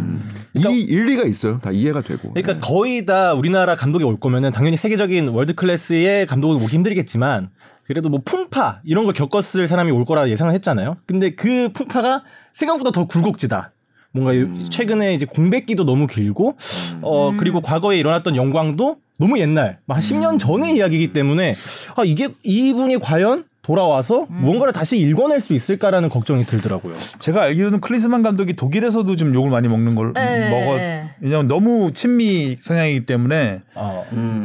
[SPEAKER 4] 이 일리가 있어요. 다 이해가 되고. 네.
[SPEAKER 3] 그러니까 거의 다 우리나라 감독이 올 거면은 당연히 세계적인 월드 클래스의 감독은 오기 힘들겠지만 그래도 뭐 풍파 이런 걸 겪었을 사람이 올 거라 예상을 했잖아요. 근데 그 풍파가 생각보다 더 굴곡지다. 뭔가 요-
[SPEAKER 4] 음.
[SPEAKER 3] 최근에 이제 공백기도 너무 길고 어
[SPEAKER 5] 음.
[SPEAKER 3] 그리고 과거에 일어났던 영광도 너무 옛날 막 10년 전의 이야기이기 때문에 아 이게 이분이 과연 돌아와서 무언가를 다시 읽어낼 수 있을까라는 걱정이 들더라고요.
[SPEAKER 2] 제가 알기로는 클린스만 감독이 독일에서도 좀 욕을 많이 먹는 걸
[SPEAKER 1] 네.
[SPEAKER 2] 먹었. 왜냐면 너무 친미 성향이기 때문에
[SPEAKER 3] 아,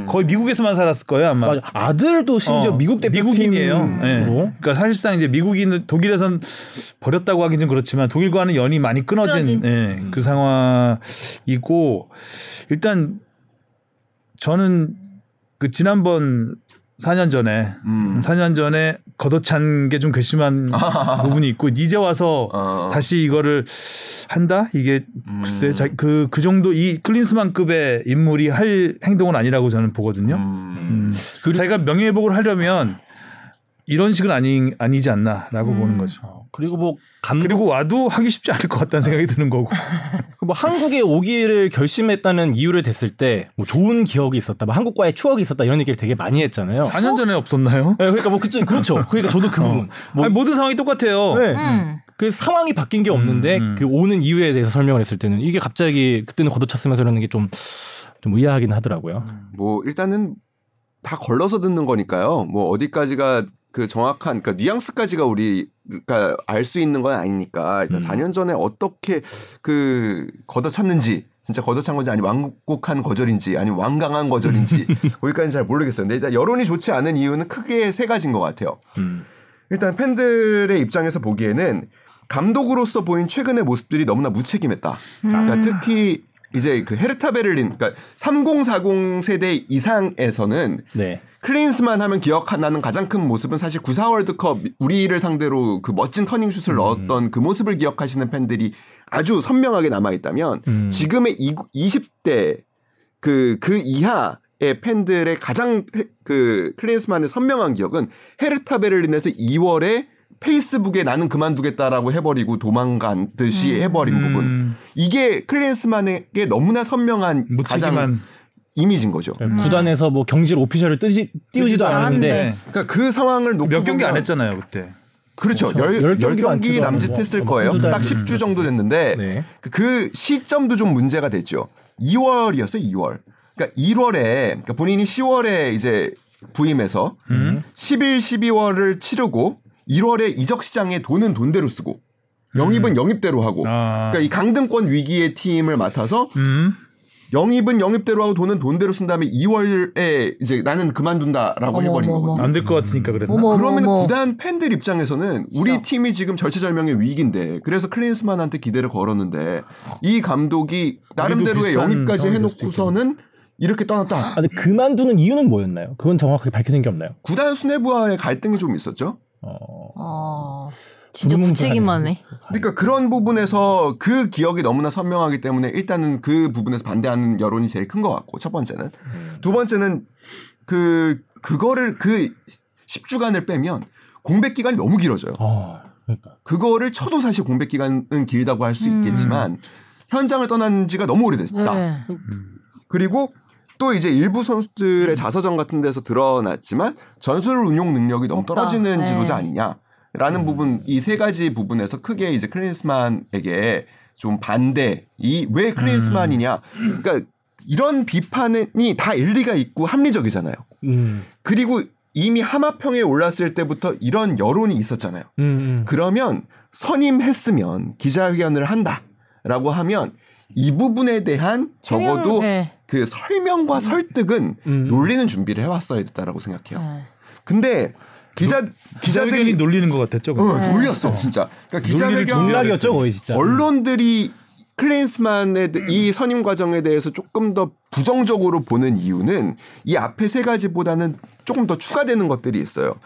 [SPEAKER 2] 거의 미국에서만 살았을 거예요 아마.
[SPEAKER 3] 맞아. 아들도 심지어
[SPEAKER 2] 어,
[SPEAKER 3] 미국 대표팀
[SPEAKER 2] 미국인이에요. 예.
[SPEAKER 3] 으로.
[SPEAKER 2] 그러니까 사실상 이제 미국인 독일에선 버렸다고 하긴 좀 그렇지만 독일과는 연이 많이 끊어진
[SPEAKER 1] 끊어진.
[SPEAKER 2] 예, 그 상황이고 일단 저는 그 지난번 4년 전에
[SPEAKER 4] 음.
[SPEAKER 2] 4년 전에 걷어찬 게 좀 괘씸한 부분이 있고 이제 와서
[SPEAKER 4] 어.
[SPEAKER 2] 다시 이거를 한다 이게
[SPEAKER 3] 음.
[SPEAKER 2] 글쎄 그그 정도 이 클린스만급의 인물이 할 행동은 아니라고 저는 보거든요.
[SPEAKER 4] 음.
[SPEAKER 2] 음. 자기가 명예회복을 하려면 이런 식은 아니, 아니지 않나라고 보는 거죠.
[SPEAKER 3] 그리고 뭐 감독
[SPEAKER 2] 그리고 와도 하기 쉽지 않을 것 같다는 생각이 드는 거고.
[SPEAKER 3] 그뭐 한국에 오기를 결심했다는 이유를 댔을 때 뭐 좋은 기억이 있었다, 뭐 한국과의 추억이 있었다 이런 얘기를 되게 많이 했잖아요.
[SPEAKER 2] 4년 전에 없었나요?
[SPEAKER 3] 네, 그러니까 뭐 그쵸, 그렇죠. 그러니까 저도 그 부분. 뭐
[SPEAKER 2] 어. 아니, 모든 상황이 똑같아요.
[SPEAKER 3] 네.
[SPEAKER 5] 음.
[SPEAKER 3] 그 상황이 바뀐 게 없는데
[SPEAKER 2] 음, 음.
[SPEAKER 3] 그 오는 이유에 대해서 설명을 했을 때는 이게 갑자기 그때는 걷어찼으면서 이러는 게 좀 좀 의아하긴 하더라고요.
[SPEAKER 2] 음.
[SPEAKER 4] 뭐 일단은 다 걸러서 듣는 거니까요. 뭐 어디까지가 그 정확한 그러니까 뉘앙스까지가 우리가 알 수 있는 건 아니니까
[SPEAKER 3] 음.
[SPEAKER 4] 일단 4년 전에 어떻게 그 걷어찼는지 진짜 걷어찬 건지 아니면 완곡한 거절인지 아니면 완강한 거절인지 거기까지는 잘 모르겠어요. 근데 일단 여론이 좋지 않은 이유는 크게 세 가지인 것 같아요.
[SPEAKER 3] 음.
[SPEAKER 4] 일단 팬들의 입장에서 보기에는 감독으로서 보인 최근의 모습들이 너무나 무책임했다. 그러니까 특히 이제 그 헤르타 베를린, 그러니까 3040 세대 이상에서는
[SPEAKER 3] 네.
[SPEAKER 4] 클린스만 하면 기억나는 가장 큰 모습은 사실 94 월드컵 우리를 상대로 그 멋진 터닝슛을
[SPEAKER 2] 음.
[SPEAKER 4] 넣었던 그 모습을 기억하시는 팬들이 아주 선명하게 남아있다면
[SPEAKER 3] 음.
[SPEAKER 4] 지금의 이, 20대 그, 그 이하의 팬들의 가장 해- 그 클린스만의 선명한 기억은 헤르타 베를린에서 2월에 페이스북에 나는 그만두겠다라고 해버리고 도망간 듯이 해버린 부분.
[SPEAKER 2] 음,
[SPEAKER 4] 이게 클린스만에게 너무나 선명한 가장
[SPEAKER 2] 무책임한.
[SPEAKER 4] 이미지인 거죠.
[SPEAKER 2] 네. 음.
[SPEAKER 3] 구단에서 뭐 경질 오피셜을 뜨지, 띄우지도 않았는데
[SPEAKER 1] 않았는데.
[SPEAKER 2] 네.
[SPEAKER 4] 그러니까 그 상황을 놓고
[SPEAKER 2] 몇 경기
[SPEAKER 4] 보면
[SPEAKER 2] 안 했잖아요, 그때.
[SPEAKER 4] 그렇죠.
[SPEAKER 3] 그렇죠.
[SPEAKER 4] 열,
[SPEAKER 3] 열
[SPEAKER 4] 열
[SPEAKER 3] 경기도 안
[SPEAKER 4] 경기
[SPEAKER 3] 치고
[SPEAKER 4] 남짓
[SPEAKER 3] 뭐
[SPEAKER 4] 했을
[SPEAKER 3] 한두
[SPEAKER 4] 거예요.
[SPEAKER 3] 달도
[SPEAKER 4] 딱
[SPEAKER 3] 안
[SPEAKER 4] 10주 정도 됐는데
[SPEAKER 3] 네.
[SPEAKER 4] 그 시점도 좀 문제가 됐죠. 2월이었어요, 2월. 그러니까 1월에 그러니까 본인이 10월에 이제 부임해서
[SPEAKER 3] 음.
[SPEAKER 4] 11, 12월을 치르고 1월에 이적 시장에 돈은 돈대로 쓰고 영입은
[SPEAKER 3] 음.
[SPEAKER 4] 영입대로 하고
[SPEAKER 2] 아.
[SPEAKER 4] 그러니까 이 강등권 위기의 팀을 맡아서
[SPEAKER 2] 음.
[SPEAKER 4] 영입은 영입대로 하고 돈은 돈대로 쓴 다음에 2월에 이제 나는 그만둔다라고
[SPEAKER 1] 어머,
[SPEAKER 4] 해버린
[SPEAKER 1] 어머,
[SPEAKER 4] 거거든요.
[SPEAKER 2] 안 될 것 같으니까 그랬나?
[SPEAKER 1] 어머,
[SPEAKER 4] 그러면
[SPEAKER 1] 어머.
[SPEAKER 4] 구단 팬들 입장에서는 우리 팀이 지금 절체절명의 위기인데 그래서 클린스만한테 기대를 걸었는데 이 감독이 나름대로의
[SPEAKER 2] 비슷한
[SPEAKER 4] 영입까지
[SPEAKER 2] 상황이 됐을 수도
[SPEAKER 4] 해놓고서는 이렇게 떠났다.
[SPEAKER 3] 아, 근데 그만두는 이유는 뭐였나요? 그건 정확하게 밝혀진 게 없나요?
[SPEAKER 4] 구단 수뇌부와의 갈등이 좀 있었죠.
[SPEAKER 3] 어,
[SPEAKER 1] 어, 진짜
[SPEAKER 3] 불문불안해.
[SPEAKER 1] 무책임하네.
[SPEAKER 4] 그러니까 그런 부분에서 그 기억이 너무나 선명하기 때문에 일단은 그 부분에서 반대하는 여론이 제일 큰 것 같고 첫 번째는
[SPEAKER 1] 음.
[SPEAKER 4] 두 번째는 그 그거를 그 10주간을 빼면 공백 기간이 너무 길어져요.
[SPEAKER 3] 어, 그러니까.
[SPEAKER 4] 그거를 쳐도 사실 공백 기간은 길다고 할 수
[SPEAKER 1] 음.
[SPEAKER 4] 있겠지만 현장을 떠난 지가 너무
[SPEAKER 5] 음.
[SPEAKER 4] 오래됐다.
[SPEAKER 1] 네.
[SPEAKER 4] 그리고 또 이제 일부
[SPEAKER 1] 음.
[SPEAKER 4] 선수들의 자서전 같은 데서 드러났지만 전술 운용 능력이 너무
[SPEAKER 1] 없다.
[SPEAKER 4] 떨어지는
[SPEAKER 1] 네.
[SPEAKER 4] 지도자 아니냐. 라는 부분 이 세 가지 부분에서 크게 이제 클린스만에게 좀 반대 이 왜
[SPEAKER 1] 음.
[SPEAKER 4] 클린스만이냐 그러니까 이런 비판이 다 일리가 있고 합리적이잖아요
[SPEAKER 3] 음.
[SPEAKER 4] 그리고 이미 하마평에 올랐을 때부터 이런 여론이 있었잖아요
[SPEAKER 3] 음, 음.
[SPEAKER 4] 그러면 선임했으면 기자회견을 한다라고 하면 이 부분에 대한 적어도
[SPEAKER 1] 해명, 네.
[SPEAKER 4] 그 설명과 설득은
[SPEAKER 3] 음.
[SPEAKER 4] 논리는 준비를 해왔어야 됐다라고 생각해요.
[SPEAKER 1] 네.
[SPEAKER 4] 근데 기자
[SPEAKER 2] 기자회견이
[SPEAKER 4] 기자들이
[SPEAKER 2] 놀리는 것 같았죠.
[SPEAKER 4] 어,
[SPEAKER 2] 그거.
[SPEAKER 1] 네.
[SPEAKER 4] 놀렸어 진짜. 그러니까
[SPEAKER 2] 논리를
[SPEAKER 4] 기자회견
[SPEAKER 3] 공락이었죠 거의 진짜.
[SPEAKER 4] 언론들이 클린스만의 대- 이 선임 과정에 대해서 조금 더 부정적으로 보는 이유는 이 앞에 세 가지보다는 조금 더 추가되는 것들이 있어요.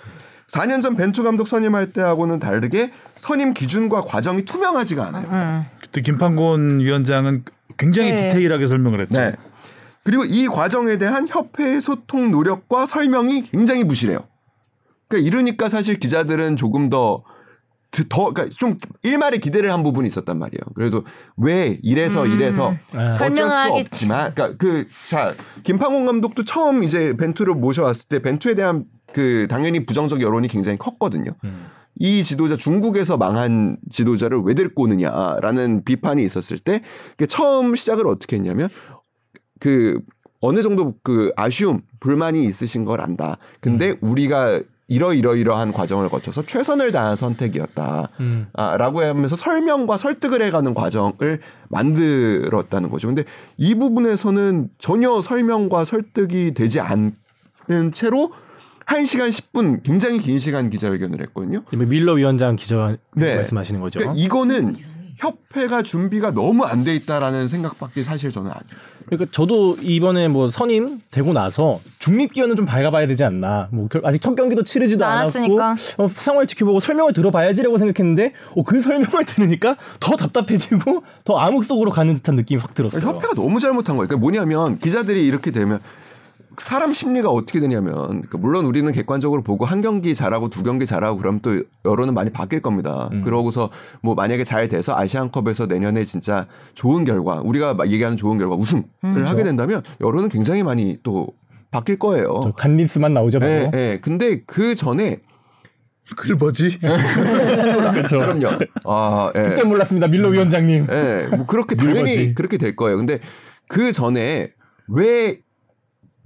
[SPEAKER 4] 4년 전 벤투 감독 선임할 때하고는 다르게 선임 기준과 과정이 투명하지가 않아요.
[SPEAKER 1] 음.
[SPEAKER 2] 그때 김판곤 위원장은 굉장히
[SPEAKER 1] 네.
[SPEAKER 2] 디테일하게 설명을 했죠.
[SPEAKER 4] 네. 그리고 이 과정에 대한 협회의 소통 노력과 설명이 굉장히 무실해요. 그러니까 이러니까 사실 기자들은 조금 더 드- 더, 그러니까 좀 일말의 기대를 한 부분이 있었단 말이에요. 그래서 왜 이래서 이래서 어쩔 수
[SPEAKER 3] 아.
[SPEAKER 1] 음. 네. 설명하겠지.
[SPEAKER 4] 없지만, 그러니까 그자 김판곤 감독도 처음 이제 벤투를 모셔왔을 때 벤투에 대한 그 당연히 부정적 여론이 굉장히 컸거든요. 이 지도자 중국에서 망한 지도자를 왜 데리고 오느냐라는 비판이 있었을 때 이게 처음 시작을 어떻게 했냐면 그 어느 정도 그 아쉬움 불만이 있으신 걸 안다. 근데 우리가 이러이러이러한 과정을 거쳐서 최선을 다한 선택이었다.
[SPEAKER 3] 음.
[SPEAKER 4] 아, 라고 하면서 설명과 설득을 해가는 과정을 만들었다는 거죠. 근데 이 부분에서는 전혀 설명과 설득이 되지 않은 채로 1시간 10분 굉장히 긴 시간 기자회견을 했거든요.
[SPEAKER 3] 지금 밀러 위원장 기자
[SPEAKER 4] 네.
[SPEAKER 3] 말씀하시는 거죠.
[SPEAKER 4] 그러니까 이거는 협회가 준비가 너무 안 돼 있다라는 생각밖에 사실 저는 안 해요.
[SPEAKER 3] 그러니까 저도 이번에 뭐 선임 되고 나서 중립 기원은 좀 밝아봐야 되지 않나. 뭐 결- 아직 첫 경기도 치르지도 않았고
[SPEAKER 5] 않았으니까.
[SPEAKER 3] 어, 상황을 지켜보고 설명을 들어봐야지라고 생각했는데 어, 그 설명을 들으니까 더 답답해지고 더 암흑 속으로 가는 듯한 느낌이 확 들었어요.
[SPEAKER 4] 협회가 너무 잘못한 거예요. 그러니까 뭐냐면 기자들이 이렇게 되면 사람 심리가 어떻게 되냐면 그러니까 물론 우리는 객관적으로 보고 한 경기 잘하고 두 경기 잘하고 그럼 또 여론은 많이 바뀔 겁니다.
[SPEAKER 3] 음.
[SPEAKER 4] 그러고서 뭐 만약에 잘 돼서 아시안컵에서 내년에 진짜 좋은 결과 우리가 막 얘기하는 좋은 결과 우승을
[SPEAKER 3] 음. 그렇죠.
[SPEAKER 4] 하게 된다면 여론은 굉장히 많이 또 바뀔 거예요.
[SPEAKER 3] 저 그렇죠. 간린스만 나오죠. 바로.
[SPEAKER 4] 예, 예. 근데 그 전에
[SPEAKER 2] 그걸 뭐지?
[SPEAKER 3] 그렇죠.
[SPEAKER 4] 그럼요. 아, 예.
[SPEAKER 3] 그때 몰랐습니다. 밀러 위원장님.
[SPEAKER 4] 예, 뭐 그렇게 당연히
[SPEAKER 3] 밀거지.
[SPEAKER 4] 그렇게 될 거예요. 근데 그 전에 왜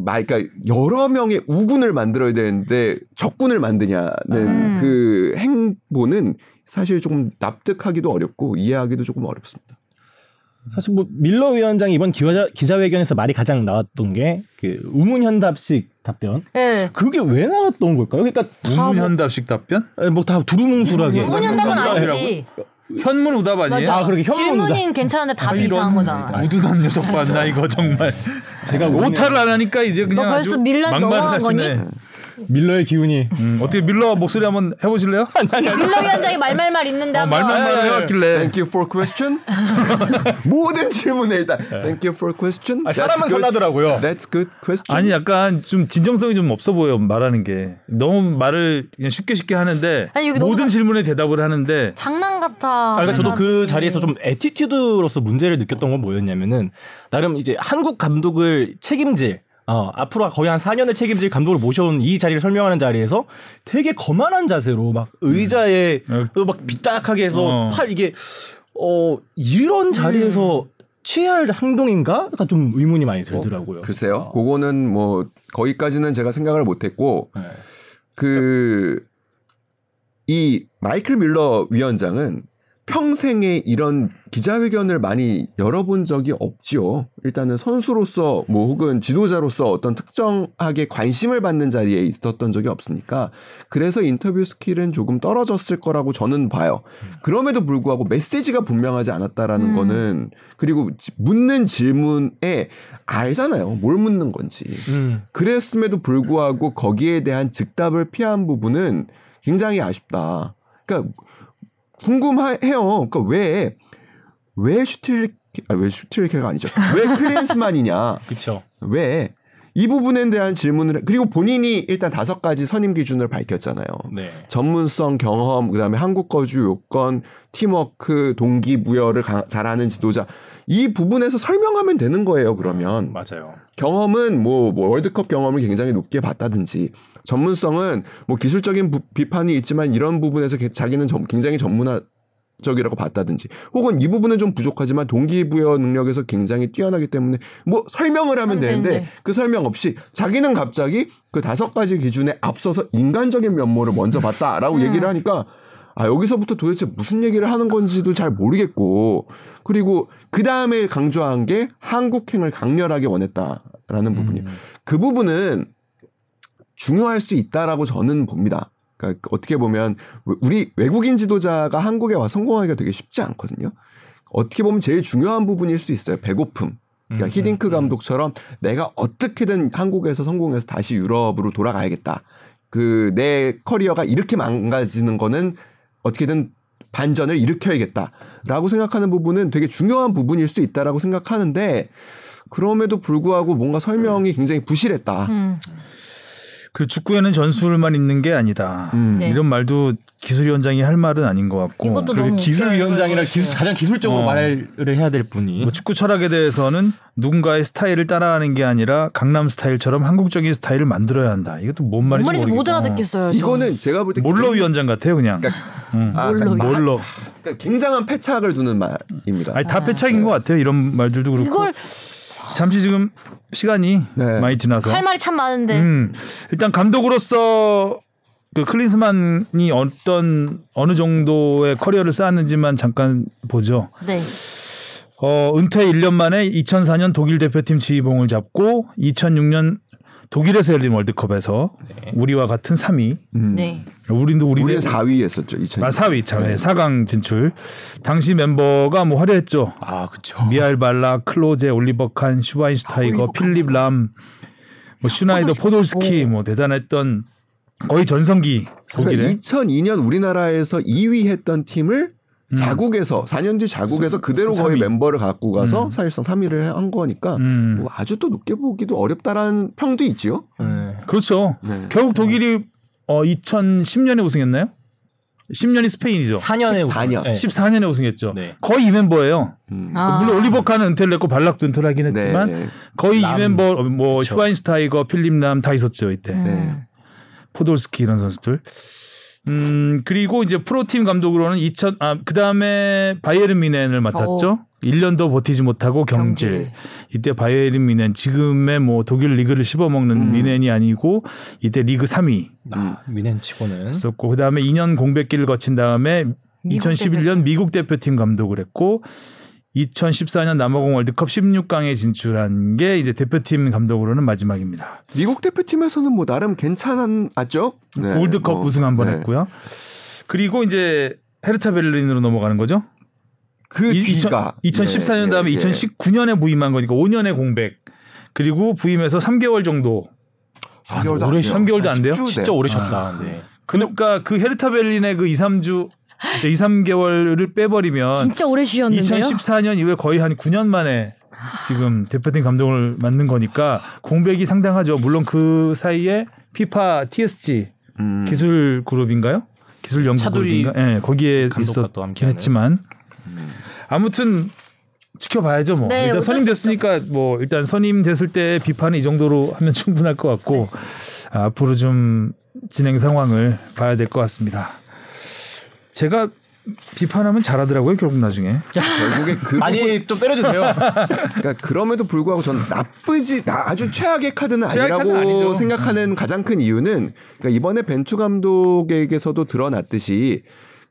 [SPEAKER 4] 말, 그러니까 여러 명의 우군을 만들어야 되는데 적군을 만드냐는
[SPEAKER 5] 음.
[SPEAKER 4] 그 행보는 사실 조금 납득하기도 어렵고 이해하기도 조금 어렵습니다.
[SPEAKER 3] 사실 뭐 밀러 위원장이 이번 기자, 기자회견에서 말이 가장 나왔던 게 그 우문현답식 답변.
[SPEAKER 5] 예.
[SPEAKER 3] 그게 왜 나왔던 걸까요? 그러니까
[SPEAKER 2] 네. 우문현답식 답변?
[SPEAKER 3] 뭐다 두루뭉술하게.
[SPEAKER 5] 우문현답은 아니지.
[SPEAKER 2] 현문 우답 예? 아니에요?
[SPEAKER 3] 아, 그러게 현문이다.
[SPEAKER 5] 질문이 괜찮은데
[SPEAKER 2] 아,
[SPEAKER 5] 답이
[SPEAKER 2] 이런
[SPEAKER 5] 이상한 거잖아.
[SPEAKER 2] 우둔한 녀석 봤나 이거 정말.
[SPEAKER 3] 제가
[SPEAKER 2] 오타를 안 하니까 이제 그냥
[SPEAKER 5] 너 벌써
[SPEAKER 2] 아주
[SPEAKER 5] 밀란 넘어간 거니?
[SPEAKER 2] 막말하시네.
[SPEAKER 3] 밀러의 기운이
[SPEAKER 2] 음, 어떻게 밀러 목소리 한번 해보실래요?
[SPEAKER 1] 그
[SPEAKER 5] 빌러 위원장이 말말말 있는데
[SPEAKER 2] 아,
[SPEAKER 5] 한번.
[SPEAKER 2] 말만만
[SPEAKER 3] 네.
[SPEAKER 2] 해왔길래.
[SPEAKER 4] Thank you for question. 모든 질문에 일단 Thank you for question.
[SPEAKER 3] 네. 아, 사람은
[SPEAKER 4] That's good.
[SPEAKER 3] 설나더라고요.
[SPEAKER 4] That's good question.
[SPEAKER 2] 아니 약간 좀 진정성이 좀 없어 보여 말하는 게 너무 말을 그냥 쉽게 쉽게 하는데
[SPEAKER 5] 아니, 여기 너무
[SPEAKER 2] 모든 질문에 대답을 하는데
[SPEAKER 5] 장난 같아.
[SPEAKER 3] 아, 그러니까 저도 그 자리에서 좀 에티튜드로서 문제를 느꼈던 건 뭐였냐면은 나름 이제 한국 감독을 책임질 어, 앞으로 거의 한 4년을 책임질 감독을 모셔온 이 자리를 설명하는 자리에서 되게 거만한 자세로 막 의자에
[SPEAKER 2] 음.
[SPEAKER 3] 또막 비딱하게 해서
[SPEAKER 2] 어.
[SPEAKER 3] 팔 이게 어 이런 자리에서 취해야 할 행동인가? 약간 좀 의문이 많이 들더라고요.
[SPEAKER 4] 글쎄요. 그거는 뭐 거기까지는 제가 생각을 못했고 그, 이 마이클 밀러 위원장은 평생에 이런 기자회견을 많이 열어본 적이 없지요. 일단은 선수로서 뭐 혹은 지도자로서 어떤 특정하게 관심을 받는 자리에 있었던 적이 없으니까 그래서 인터뷰 스킬은 조금 떨어졌을 거라고 저는 봐요. 그럼에도 불구하고 메시지가 분명하지 않았다라는
[SPEAKER 5] 음.
[SPEAKER 4] 거는 그리고 지- 묻는 질문에 알잖아요. 뭘 묻는 건지.
[SPEAKER 3] 음.
[SPEAKER 4] 그랬음에도 불구하고 거기에 대한 즉답을 피한 부분은 굉장히 아쉽다. 그러니까 궁금해요. 그러니까 왜, 왜 슈틸, 아, 왜 슈틸케가 아니죠. 왜 클린스만이냐.
[SPEAKER 3] 그렇죠.
[SPEAKER 4] 왜? 이 부분에 대한 질문을, 해- 그리고 본인이 일단 다섯 가지 선임 기준을 밝혔잖아요.
[SPEAKER 3] 네.
[SPEAKER 4] 전문성, 경험, 그다음에 한국 거주 요건, 팀워크, 동기부여를 가- 잘하는 지도자. 이 부분에서 설명하면 되는 거예요, 그러면.
[SPEAKER 3] 맞아요.
[SPEAKER 4] 경험은 뭐, 뭐 월드컵 경험을 굉장히 높게 봤다든지 전문성은 뭐 기술적인 부- 비판이 있지만 이런 부분에서 개- 자기는 점- 굉장히 전문화 적이라고 봤다든지 혹은 이 부분은 좀 부족하지만 동기부여 능력에서 굉장히 뛰어나기 때문에 뭐 설명을 하면
[SPEAKER 5] 하면
[SPEAKER 4] 되는데
[SPEAKER 5] 되는데.
[SPEAKER 4] 그 설명 없이 자기는 갑자기 그 다섯 가지 기준에 앞서서 인간적인 면모를 먼저 봤다라고 얘기를 하니까 아 여기서부터 도대체 무슨 얘기를 하는 건지도 잘 모르겠고 그리고 그 다음에 강조한 게 한국행을 강렬하게 원했다라는 부분이요. 그 부분은 중요할 수 있다라고 저는 봅니다. 그러니까 어떻게 보면 우리 외국인 지도자가 한국에 와 성공하기가 되게 쉽지 않거든요. 어떻게 보면 제일 중요한 부분일 수 있어요. 배고픔. 그러니까
[SPEAKER 3] 음,
[SPEAKER 4] 히딩크
[SPEAKER 3] 음, 음.
[SPEAKER 4] 감독처럼 내가 어떻게든 한국에서 성공해서 다시 유럽으로 돌아가야겠다. 그 내 커리어가 이렇게 망가지는 거는 어떻게든 반전을 일으켜야겠다라고 생각하는 부분은 되게 중요한 부분일 수 있다라고 생각하는데 그럼에도 불구하고 뭔가 설명이 굉장히 부실했다.
[SPEAKER 5] 음.
[SPEAKER 2] 그 축구에는 전술만 있는 게 아니다.
[SPEAKER 4] 음.
[SPEAKER 1] 네.
[SPEAKER 2] 이런 말도 기술위원장이 할 말은 아닌 것 같고.
[SPEAKER 1] 이것도
[SPEAKER 2] 그리고
[SPEAKER 1] 너무 네.
[SPEAKER 3] 기술위원장이라 기술 가장 기술적으로
[SPEAKER 2] 어.
[SPEAKER 3] 말을 해야 될 분이
[SPEAKER 2] 뭐 축구 철학에 대해서는 누군가의 스타일을 따라하는 게 아니라 강남 스타일처럼 한국적인 스타일을 만들어야 한다. 이것도 뭔
[SPEAKER 1] 뭔
[SPEAKER 2] 말인지,
[SPEAKER 1] 말인지 못
[SPEAKER 2] 모르겠고.
[SPEAKER 1] 알아듣겠어요. 저는.
[SPEAKER 4] 이거는 제가 볼 때
[SPEAKER 2] 몰로 위원장 같아요, 그냥.
[SPEAKER 4] 그러니까,
[SPEAKER 2] 음.
[SPEAKER 4] 아,
[SPEAKER 1] 몰로
[SPEAKER 4] 그러니까
[SPEAKER 2] 몰로.
[SPEAKER 4] 그러니까 굉장한 패착을 두는 말입니다.
[SPEAKER 2] 아니 다 패착인 것 같아요. 이런 말들도 그렇고.
[SPEAKER 1] 이걸
[SPEAKER 2] 잠시 지금 시간이
[SPEAKER 4] 네.
[SPEAKER 2] 많이 지나서.
[SPEAKER 1] 할 말이 네. 참 많은데
[SPEAKER 2] 음, 일단 감독으로서 그 클린스만이 어떤 어느 정도의 커리어를 쌓았는지만 잠깐 보죠.
[SPEAKER 1] 네.
[SPEAKER 2] 어, 은퇴 1년 만에 2004년 독일 대표팀 지휘봉을 잡고 2006년 독일에서 열린 월드컵에서 우리와 같은 3위.
[SPEAKER 4] 음.
[SPEAKER 1] 네.
[SPEAKER 2] 우리도 네. 우리
[SPEAKER 4] 우리는 4위 했었죠. 2000.
[SPEAKER 2] 아, 4위 참. 네. 4강 진출. 당시 멤버가 뭐 화려했죠.
[SPEAKER 3] 아 그쵸
[SPEAKER 2] 미알 발라, 클로제, 올리버 칸, 슈바인슈타이거, 필립 람, 뭐 슈나이더, 포돌스키 뭐 대단했던 거의 전성기
[SPEAKER 4] 그러니까
[SPEAKER 2] 독일의
[SPEAKER 4] 2002년 우리나라에서 2위 했던 팀을 자국에서 4년 뒤 자국에서 그대로 거의
[SPEAKER 2] 음. 삼위.
[SPEAKER 4] 멤버를 갖고 가서 사실상 3위를 한 거니까
[SPEAKER 2] 음.
[SPEAKER 4] 뭐 아주 또 높게 보기도 어렵다라는 평도 있지요.
[SPEAKER 3] 네.
[SPEAKER 2] 그렇죠.
[SPEAKER 4] 네.
[SPEAKER 2] 결국 독일이 어 2010년에 우승했나요? 10년이 스페인이죠.
[SPEAKER 3] 4년에
[SPEAKER 4] 14년.
[SPEAKER 2] 14년에 우승했죠.
[SPEAKER 3] 네.
[SPEAKER 2] 거의 이 멤버예요.
[SPEAKER 4] 음.
[SPEAKER 1] 아. 음.
[SPEAKER 2] 물론 올리버 칸은 은퇴를 했고 발락도 은퇴를 하긴 했지만
[SPEAKER 4] 네.
[SPEAKER 2] 거의
[SPEAKER 3] 람.
[SPEAKER 2] 이 멤버 어, 뭐
[SPEAKER 3] 그렇죠.
[SPEAKER 2] 슈바인슈타이거, 필립 람 다 있었죠 이때.
[SPEAKER 4] 네.
[SPEAKER 2] 포돌스키 이런 선수들. 음, 그리고 이제 프로팀 감독으로는 2000, 아, 그 다음에 바이에른 미넨을 맡았죠. 1년도 버티지 못하고 어. 경질.
[SPEAKER 1] 경질.
[SPEAKER 2] 이때 바이에른 미넨, 지금의 뭐 독일 리그를 씹어먹는 미넨이 아니고 이때 리그 3위
[SPEAKER 3] 아, 미넨 치고는
[SPEAKER 2] 했었고, 그 다음에 2년 공백기를 거친 다음에
[SPEAKER 1] 미국
[SPEAKER 2] 2011년 미국 대표팀 감독을 했고, 2014년 남아공 월드컵 16강에 진출한 게 이제 대표팀 감독으로는 마지막입니다.
[SPEAKER 4] 미국 대표팀에서는 뭐 나름 괜찮았죠. 네,
[SPEAKER 2] 골드컵
[SPEAKER 4] 뭐,
[SPEAKER 2] 우승 한 번
[SPEAKER 4] 네.
[SPEAKER 2] 했고요. 그리고 이제 헤르타 벨린으로 넘어가는 거죠.
[SPEAKER 4] 그
[SPEAKER 2] 이-
[SPEAKER 4] 뒤가
[SPEAKER 2] 2014년
[SPEAKER 4] 예,
[SPEAKER 2] 다음에
[SPEAKER 4] 예, 예.
[SPEAKER 2] 2019년에 부임한 거니까 5년의 공백. 그리고 부임해서 3개월 정도.
[SPEAKER 4] 삼 개월도 안 돼요.
[SPEAKER 2] 아,
[SPEAKER 4] 아,
[SPEAKER 2] 3개월도 안 돼요?
[SPEAKER 4] 십 주.
[SPEAKER 3] 진짜 오래 쉬었다 네.
[SPEAKER 2] 그러니까 그 헤르타 벨린의 그 2, 3주 이제 2, 3개월을 빼버리면
[SPEAKER 1] 진짜 오래 쉬었는데요.
[SPEAKER 2] 2014년 아, 이후에 거의 한 9년 만에 지금 대표팀 감독을 맡는 거니까 공백이 상당하죠. 물론 그 사이에 피파 TSG
[SPEAKER 4] 음.
[SPEAKER 2] 기술 그룹인가요? 기술 연구
[SPEAKER 3] 차두리
[SPEAKER 2] 그룹인가? 예, 거기에
[SPEAKER 3] 감독과
[SPEAKER 2] 있었긴
[SPEAKER 3] 또 함께하는. 네. 음.
[SPEAKER 2] 했지만 아무튼 지켜봐야죠 뭐.
[SPEAKER 1] 네,
[SPEAKER 2] 일단
[SPEAKER 1] 어쩔
[SPEAKER 2] 선임됐으니까 뭐 일단 선임됐을 때 비판은 이 정도로 하면 충분할 것 같고
[SPEAKER 1] 네.
[SPEAKER 2] 아, 앞으로 좀 진행 상황을 봐야 될 것 같습니다. 제가 비판하면 잘하더라고요 결국 나중에.
[SPEAKER 4] 결국에 그 부분-
[SPEAKER 3] 많이 좀 때려주세요
[SPEAKER 4] 그러니까 그럼에도 불구하고 전 나쁘지 나- 아주 최악의 카드는
[SPEAKER 2] 최악의
[SPEAKER 4] 아니라고
[SPEAKER 2] 카드는 아니죠. 음.
[SPEAKER 4] 생각하는 가장 큰 이유는 그러니까 이번에 벤투 감독에게서도 드러났듯이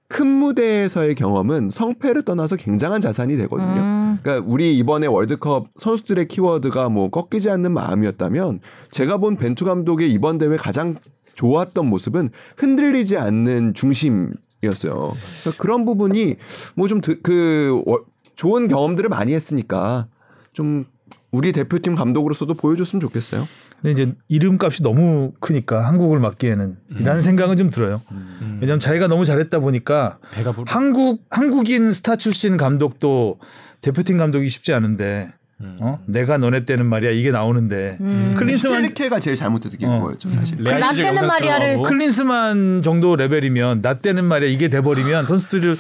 [SPEAKER 4] 큰 무대에서의 경험은 성패를 떠나서 굉장한 자산이 되거든요.
[SPEAKER 1] 음.
[SPEAKER 4] 그러니까 우리 이번에 월드컵 선수들의 키워드가 뭐 꺾이지 않는 마음이었다면 제가 본 벤투 감독의 이번 대회 가장 좋았던 모습은 흔들리지 않는 중심이었어요. 그런 부분이 뭐 좀 그 좋은 경험들을 많이 했으니까 좀 우리 대표팀 감독으로서도 보여줬으면 좋겠어요.
[SPEAKER 2] 근데 이제 이름값이 너무 크니까 한국을 맡기에는
[SPEAKER 3] 음.
[SPEAKER 2] 이라는 생각은 좀 들어요. 왜냐하면 자기가 너무 잘했다 보니까
[SPEAKER 3] 배가 부르
[SPEAKER 2] 한국 한국인 스타 출신 감독도 대표팀 감독이 쉽지 않은데 어? 내가 너네 때는 말이야 이게 나오는데
[SPEAKER 1] 음.
[SPEAKER 2] 클린스만
[SPEAKER 4] 스텔리케가 제일 잘못했던
[SPEAKER 2] 어.
[SPEAKER 4] 거였죠, 사실.
[SPEAKER 1] 나
[SPEAKER 3] 시즌
[SPEAKER 1] 때는
[SPEAKER 3] 영상
[SPEAKER 1] 마리아를
[SPEAKER 3] 들어가고.
[SPEAKER 2] 클린스만 정도 레벨이면 나 때는 말이야 이게 돼버리면 선수들을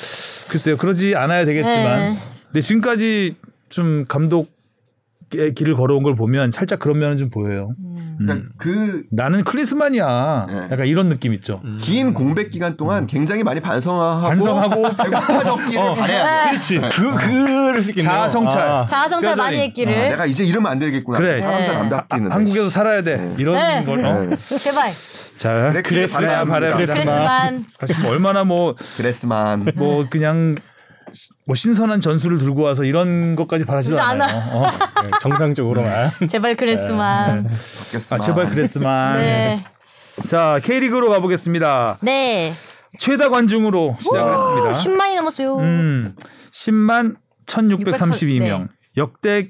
[SPEAKER 2] 글쎄요 그러지 않아야 되겠지만
[SPEAKER 1] 네.
[SPEAKER 2] 근데 지금까지 좀 감독의 길을 걸어온 걸 보면 살짝 그런 면은 좀 보여요.
[SPEAKER 1] 음.
[SPEAKER 4] 그러니까
[SPEAKER 2] 음.
[SPEAKER 4] 그
[SPEAKER 2] 나는 클린스만이야.
[SPEAKER 4] 네. 음.
[SPEAKER 2] 약간 이런 느낌 있죠.
[SPEAKER 4] 긴 공백 기간 동안 굉장히 많이 반성하고
[SPEAKER 2] 반성하고 어.
[SPEAKER 4] 배고파졌기를 바래야 돼.
[SPEAKER 2] 그렇지.
[SPEAKER 3] 그 그럴 수 있겠네요
[SPEAKER 2] 자아성찰.
[SPEAKER 3] 아,
[SPEAKER 1] 자아성찰 많이
[SPEAKER 2] 뼈저리.
[SPEAKER 4] 아,
[SPEAKER 1] 했기를
[SPEAKER 4] 내가 이제 이러면 안 되겠구나.
[SPEAKER 2] 그래.
[SPEAKER 4] 사람 잘 안
[SPEAKER 1] 네.
[SPEAKER 2] 아,
[SPEAKER 4] 바뀌는데.
[SPEAKER 2] 한국에서 살아야 돼. 이런
[SPEAKER 1] 네.
[SPEAKER 2] 걸. 어.
[SPEAKER 4] 음. 네.
[SPEAKER 1] 제발
[SPEAKER 2] 자,
[SPEAKER 4] 그래, 그랬으나
[SPEAKER 2] 그래야 바라야
[SPEAKER 4] 그랬으나.
[SPEAKER 2] 바라야.
[SPEAKER 1] 스트레스만
[SPEAKER 2] 사실 뭐 얼마나 뭐 뭐
[SPEAKER 4] 그랬으만.
[SPEAKER 2] 그냥 시- 뭐 신선한 전술을 들고 와서 이런 것까지 바라지도
[SPEAKER 1] 그러지 않아.
[SPEAKER 2] 않아요. 어.
[SPEAKER 3] 네, 정상적으로만
[SPEAKER 1] 제발 그랬으만
[SPEAKER 4] 바뀌었으만.
[SPEAKER 2] 아 제발 그랬으만.
[SPEAKER 1] 네.
[SPEAKER 2] 자 K리그로 가보겠습니다.
[SPEAKER 1] 네.
[SPEAKER 2] 최다 관중으로 시작했습니다.
[SPEAKER 1] 10만이 넘었어요.
[SPEAKER 2] 음, 10만 1,632명.
[SPEAKER 1] 네.
[SPEAKER 2] 역대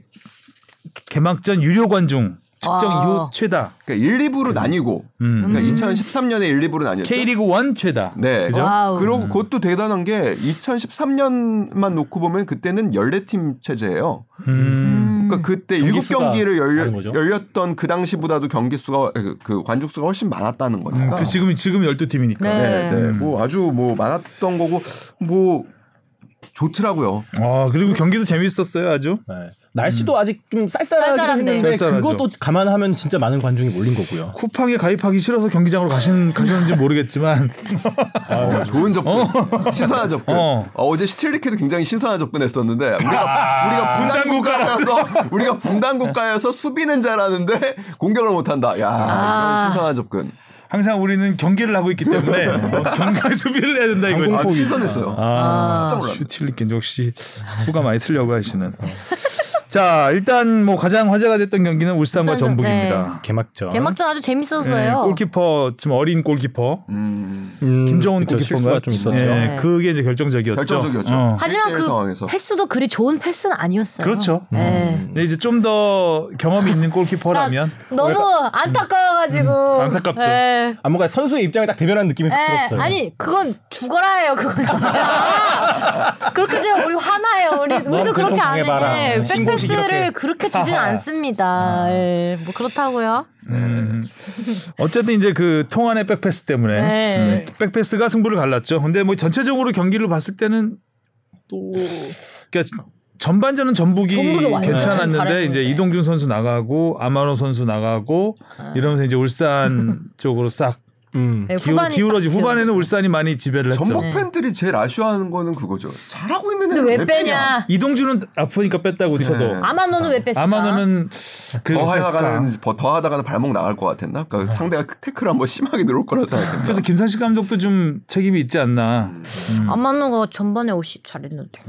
[SPEAKER 2] 개막전 유료 관중 측정
[SPEAKER 1] 와.
[SPEAKER 2] 이후 최다.
[SPEAKER 4] 그러니까 1, 2부로 나뉘고.
[SPEAKER 2] 음.
[SPEAKER 4] 그러니까 2013년에 1, 2부로 나뉘었죠.
[SPEAKER 2] K리그 1 최다.
[SPEAKER 4] 네.
[SPEAKER 2] 그죠?
[SPEAKER 1] 와우.
[SPEAKER 4] 그리고 그것도 대단한 게 2013년만 놓고 보면 그때는 14팀 체제예요.
[SPEAKER 2] 음.
[SPEAKER 4] 그러니까 그때
[SPEAKER 3] 경기
[SPEAKER 4] 일곱
[SPEAKER 3] 수가
[SPEAKER 4] 경기를
[SPEAKER 3] 다른 거죠.
[SPEAKER 4] 열렸던그 당시보다도 경기 수가 그- 그 관중 수가 훨씬 많았다는
[SPEAKER 2] 음,
[SPEAKER 4] 거니까.
[SPEAKER 2] 그 지금 지금 12팀이니까.
[SPEAKER 1] 네.
[SPEAKER 4] 네, 네. 뭐 아주 뭐 많았던 거고 뭐 좋더라고요.
[SPEAKER 2] 아, 그리고 경기도 재밌었어요, 아주.
[SPEAKER 3] 네. 날씨도 아직 좀 쌀쌀하긴
[SPEAKER 5] 쌀쌀한데.
[SPEAKER 3] 했는데
[SPEAKER 2] 쌀쌀하죠.
[SPEAKER 3] 그것도 감안하면 진짜 많은 관중이 몰린 거고요.
[SPEAKER 2] 쿠팡에 가입하기 싫어서 경기장으로 가신 가셨는지 모르겠지만
[SPEAKER 4] 어, 좋은 접근, 신선한 접근.
[SPEAKER 2] 어.
[SPEAKER 4] 어. 제 시틸리케도 굉장히 신선한 접근했었는데 우리가 우리가 분단 국가라서 우리가 분단 국가여서 수비는 잘하는데 공격을 못한다. 야
[SPEAKER 1] 아.
[SPEAKER 4] 이건 신선한 접근.
[SPEAKER 2] 항상 우리는 경기를 하고 있기 때문에 어, 경기 수비를 해야 된다 이거지.
[SPEAKER 4] 아, 신선했어요.
[SPEAKER 1] 아.
[SPEAKER 4] 몰랐네.
[SPEAKER 2] 슈틸리킨 역시 수가 많이 틀려고 하시는. 자, 일단 뭐 가장 화제가 됐던 경기는 울산과
[SPEAKER 1] 울산전,
[SPEAKER 2] 전북입니다.
[SPEAKER 3] 개막전.
[SPEAKER 1] 개막전 아주
[SPEAKER 2] 네,
[SPEAKER 1] 재밌었어요.
[SPEAKER 2] 골키퍼 지금 어린 골키퍼
[SPEAKER 4] 음,
[SPEAKER 3] 음,
[SPEAKER 2] 김정훈
[SPEAKER 3] 그쵸,
[SPEAKER 2] 골키퍼인가
[SPEAKER 3] 실수가 좀 있었죠.
[SPEAKER 1] 네.
[SPEAKER 2] 그게 이제 결정적이었죠.
[SPEAKER 4] 결정적이었죠.
[SPEAKER 2] 어.
[SPEAKER 1] 하지만
[SPEAKER 4] 실제
[SPEAKER 1] 그
[SPEAKER 4] 상황에서.
[SPEAKER 1] 패스도 그리 좋은 패스는 아니었어요.
[SPEAKER 2] 그렇죠.
[SPEAKER 1] 네.
[SPEAKER 2] 근데 이제 좀 더 경험이 있는 골키퍼라면
[SPEAKER 1] 아, 너무 안타까워가지고
[SPEAKER 2] 음, 안타깝죠. 그렇죠.
[SPEAKER 1] 예.
[SPEAKER 3] 아 뭔가 선수의 입장을 딱 대변하는 느낌이 확
[SPEAKER 1] 예,
[SPEAKER 3] 들었어요.
[SPEAKER 1] 아니 그건 죽어라예요 그건 진짜 그렇게 지면 우리 화나요 우리 우리도
[SPEAKER 3] 넌
[SPEAKER 1] 그렇게 안
[SPEAKER 3] 교통방해봐라.
[SPEAKER 1] 해. 예,
[SPEAKER 3] 신공식
[SPEAKER 1] 백패스를
[SPEAKER 3] 이렇게.
[SPEAKER 1] 그렇게 주진 않습니다. 예, 뭐 그렇다고요.
[SPEAKER 2] 음. 어쨌든 이제 그 통안의 백패스 때문에
[SPEAKER 1] 네.
[SPEAKER 2] 음, 백패스가 승부를 갈랐죠. 근데 뭐 전체적으로 경기를 봤을 때는 또 그러니까 전반전은 전북이,
[SPEAKER 1] 전북이 와요.
[SPEAKER 2] 괜찮았는데
[SPEAKER 1] 네,
[SPEAKER 2] 이제
[SPEAKER 1] 잘했는데.
[SPEAKER 2] 이동준 선수 나가고 아마노 선수 나가고
[SPEAKER 1] 아.
[SPEAKER 2] 이러면서 이제 울산 쪽으로 싹
[SPEAKER 3] 음.
[SPEAKER 1] 예,
[SPEAKER 2] 기울,
[SPEAKER 1] 후반이
[SPEAKER 2] 기울어지
[SPEAKER 1] 싹
[SPEAKER 2] 후반에는 울산이 많이 지배를 했죠.
[SPEAKER 4] 전북 팬들이 제일 아쉬워하는 거는 그거죠. 잘하고 있는
[SPEAKER 1] 네. 근데
[SPEAKER 4] 애들
[SPEAKER 1] 왜 빼냐?
[SPEAKER 2] 이동준은 아프니까 뺐다고 쳐도
[SPEAKER 1] 아마노는 왜 뺐을까?
[SPEAKER 2] 아마노는 그
[SPEAKER 4] 더 음.
[SPEAKER 2] 백패스가.
[SPEAKER 4] 하다가는 더 하다가는 발목 나갈 것 같았나? 그러니까 상대가 태클 한번 심하게 들어올 거라 생각했나?
[SPEAKER 2] 그래서 김상식 감독도 좀 책임이 있지 않나.
[SPEAKER 1] 아마노가 전반에 옷이 잘했는데.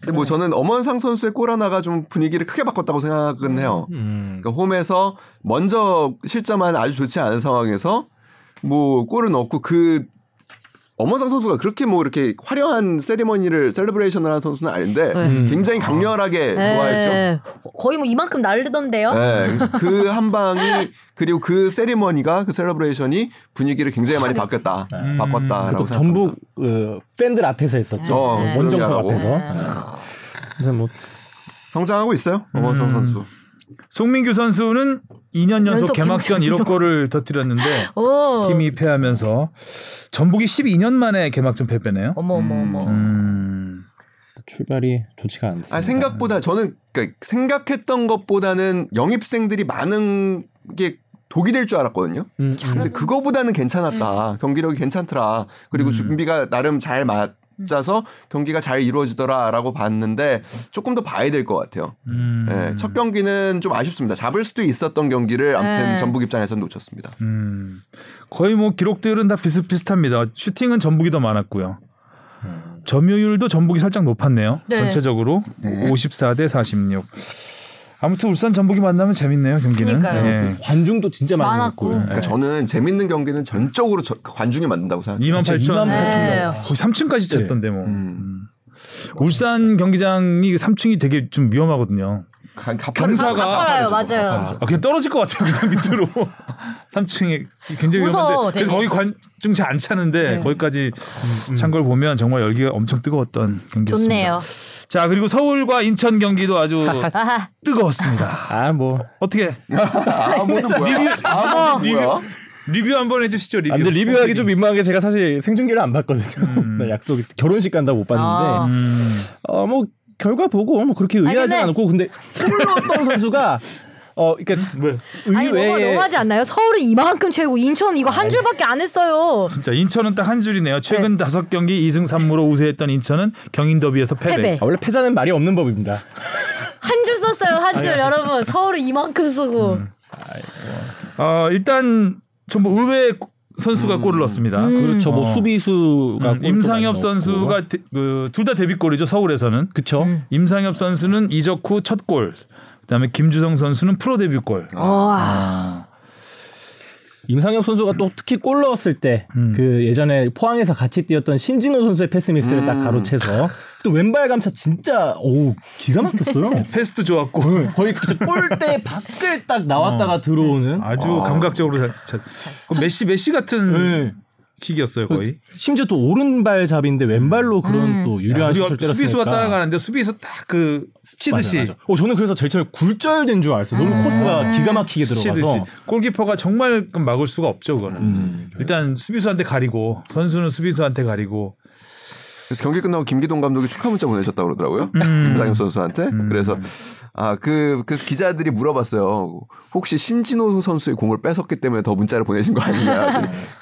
[SPEAKER 4] 근데 뭐 저는 엄원상 선수의 골 하나가 좀 분위기를 크게 바꿨다고 생각은 해요.
[SPEAKER 3] 음.
[SPEAKER 4] 그러니까 홈에서 먼저 실점한 아주 좋지 않은 상황에서 뭐 골을 넣고 그 엄원상 선수가 그렇게 뭐 이렇게 화려한 세리머니를 셀레브레이션을 한 선수는 아닌데
[SPEAKER 3] 음.
[SPEAKER 1] 네.
[SPEAKER 4] 굉장히 강렬하게 좋아했죠.
[SPEAKER 1] 예. 거의 뭐 이만큼 날르던데요.
[SPEAKER 4] 네, 그 한 방이 그리고 그 세리머니가 그 셀레브레이션이 분위기를 굉장히 많이 바뀌었다,
[SPEAKER 2] 음.
[SPEAKER 4] 바꿨다라고
[SPEAKER 3] 그것도
[SPEAKER 4] 생각합니다.
[SPEAKER 3] 전북 그 팬들 앞에서 했었죠.
[SPEAKER 4] 어,
[SPEAKER 1] 네.
[SPEAKER 3] 원정석
[SPEAKER 4] 그러게
[SPEAKER 3] 앞에서.
[SPEAKER 1] 하라고.
[SPEAKER 3] 네. 그래서 뭐
[SPEAKER 4] 성장하고 있어요, 엄원상
[SPEAKER 2] 음.
[SPEAKER 4] 선수.
[SPEAKER 2] 송민규 선수는 2년 연속,
[SPEAKER 1] 연속
[SPEAKER 2] 개막전
[SPEAKER 1] 김상현.
[SPEAKER 2] 1억골을 터뜨렸는데
[SPEAKER 1] 오.
[SPEAKER 2] 팀이 패하면서 전북이 12년 만에 개막전 패배네요.
[SPEAKER 1] 어머 어머 어머.
[SPEAKER 2] 음.
[SPEAKER 3] 출발이 좋지가 않습니다.
[SPEAKER 4] 아 생각보다 저는 그러니까 생각했던 것보다는 영입생들이 많은 게 독이 될 줄 알았거든요.
[SPEAKER 3] 음,
[SPEAKER 4] 근데 그거보다는 괜찮았다. 경기력이 괜찮더라. 그리고
[SPEAKER 2] 음.
[SPEAKER 4] 준비가 나름 잘 맞아서 경기가 잘 이루어지더라라고 봤는데 조금 더 봐야 될 것 같아요.
[SPEAKER 2] 음.
[SPEAKER 4] 예, 첫 경기는 좀 아쉽습니다. 잡을 수도 있었던 경기를 아무튼
[SPEAKER 1] 네.
[SPEAKER 4] 전북 입장에서 놓쳤습니다.
[SPEAKER 2] 음. 거의 뭐 기록들은 다 비슷비슷합니다. 슈팅은 전북이 더 많았고요. 점유율도 전북이 살짝 높았네요.
[SPEAKER 1] 음. 네.
[SPEAKER 2] 전체적으로 54 대 46. 아무튼 울산 전북이 만나면 재밌네요 경기는.
[SPEAKER 1] 그러니까요.
[SPEAKER 2] 예.
[SPEAKER 3] 관중도 진짜 많이
[SPEAKER 1] 많았고.
[SPEAKER 3] 있고요. 네.
[SPEAKER 4] 그러니까 저는 재밌는 경기는 전적으로 저- 관중이 만든다고 생각해요.
[SPEAKER 2] 2만 8천.
[SPEAKER 3] 28,000.
[SPEAKER 1] 네.
[SPEAKER 2] 거의 3층까지 쳤던데 뭐.
[SPEAKER 4] 음.
[SPEAKER 2] 울산 경기장이 3층이 되게 좀 위험하거든요.
[SPEAKER 4] 가- 가파른
[SPEAKER 2] 경사가-
[SPEAKER 4] 사람.
[SPEAKER 1] 가파라요, 맞아요.
[SPEAKER 2] 아, 그냥 떨어질 것 같아요. 그냥 밑으로. 3층에 굉장히
[SPEAKER 1] 무서워,
[SPEAKER 2] 위험한데.
[SPEAKER 1] 되게.
[SPEAKER 2] 그래서 거기 관중 잘 안 차는데
[SPEAKER 1] 네.
[SPEAKER 2] 거기까지
[SPEAKER 3] 음,
[SPEAKER 2] 찬 걸 보면 정말 열기가 엄청 뜨거웠던 경기였습니다.
[SPEAKER 1] 좋네요.
[SPEAKER 2] 자, 그리고 서울과 인천 경기도 아주
[SPEAKER 1] 아하.
[SPEAKER 2] 뜨거웠습니다.
[SPEAKER 3] 아, 뭐.
[SPEAKER 2] 어떻게
[SPEAKER 4] 아무도 뭐야?
[SPEAKER 1] 어.
[SPEAKER 4] 아무도 뭐야?
[SPEAKER 2] 리뷰 한번 해 주시죠. 리뷰.
[SPEAKER 3] 아, 근데 리뷰하기 좀 민망한 게 제가 사실 생중계를 안 봤거든요.
[SPEAKER 2] 음.
[SPEAKER 3] 나 약속이 있어. 결혼식 간다고 못
[SPEAKER 1] 아.
[SPEAKER 3] 봤는데.
[SPEAKER 2] 음.
[SPEAKER 3] 어, 뭐 결과 보고 뭐 그렇게
[SPEAKER 1] 아니,
[SPEAKER 3] 의아하지
[SPEAKER 1] 근데-
[SPEAKER 3] 않고 근데 솔로였던 선수가 어, 그러니까
[SPEAKER 2] 음.
[SPEAKER 1] 아니 뭐가
[SPEAKER 3] 의외에
[SPEAKER 1] 너무하지 않나요? 서울은 이만큼 채우고 인천 이거 한 줄밖에 안 했어요.
[SPEAKER 2] 진짜 인천은 딱 한 줄이네요. 최근 다섯 경기 2승 3무로 우세했던 인천은 경인 더비에서 패배.
[SPEAKER 1] 패배.
[SPEAKER 3] 아, 원래 패자는 말이 없는 법입니다.
[SPEAKER 1] 한 줄 썼어요 한 줄 여러분 서울은 이만큼 쓰고
[SPEAKER 2] 어, 일단 전부 의외 선수가 골을 넣었습니다.
[SPEAKER 3] 음.
[SPEAKER 1] 음.
[SPEAKER 3] 그렇죠. 뭐
[SPEAKER 2] 어.
[SPEAKER 3] 수비수가
[SPEAKER 2] 음, 임상엽 선수가 그 둘 다 데뷔골이죠 서울에서는.
[SPEAKER 3] 그렇죠.
[SPEAKER 2] 임상엽 선수는 이적 후 첫 골. 그다음에 김주성 선수는 프로 데뷔골.
[SPEAKER 1] 아, 와
[SPEAKER 3] 임상엽 선수가 또 특히 골 넣었을 때 그
[SPEAKER 2] 음.
[SPEAKER 3] 예전에 포항에서 같이 뛰었던 신진호 선수의 패스미스를
[SPEAKER 2] 음.
[SPEAKER 3] 딱 가로채서 또 왼발 감차 진짜 오 기가 막혔어요.
[SPEAKER 2] 패스도 좋았고
[SPEAKER 3] 거의 그 골대 밖을 딱 나왔다가 들어오는
[SPEAKER 2] 아주 감각적으로 잘- 잘- 그 메시 메시 같은
[SPEAKER 3] 네.
[SPEAKER 2] 킥이었어요 거의.
[SPEAKER 3] 심지어 또 오른발 잡인데 왼발로 그런
[SPEAKER 5] 음.
[SPEAKER 3] 또 유리한
[SPEAKER 2] 우리가
[SPEAKER 3] 슛을 때렸으니까.
[SPEAKER 2] 수비수가 따라가는데 수비수 딱 그 스치듯이
[SPEAKER 3] 맞아, 맞아. 어, 저는 그래서 제일 처음에 굴절된 줄 알았어요.
[SPEAKER 5] 음.
[SPEAKER 3] 너무 코스가 기가 막히게
[SPEAKER 2] 스치듯이
[SPEAKER 3] 들어가서.
[SPEAKER 2] 골키퍼가 정말 그 막을 수가 없죠 그거는.
[SPEAKER 3] 음.
[SPEAKER 2] 일단 수비수한테 가리고 선수는 수비수한테 가리고
[SPEAKER 4] 그래서 경기 끝나고 김기동 감독이 축하 문자 보내셨다고 그러더라고요.
[SPEAKER 2] 음.
[SPEAKER 4] 김상엽 선수한테. 그래서 아, 그 그래서 기자들이 물어봤어요. 혹시 신진호 선수의 공을 뺏었기 때문에 더 문자를 보내신 거 아니냐. 그랬더니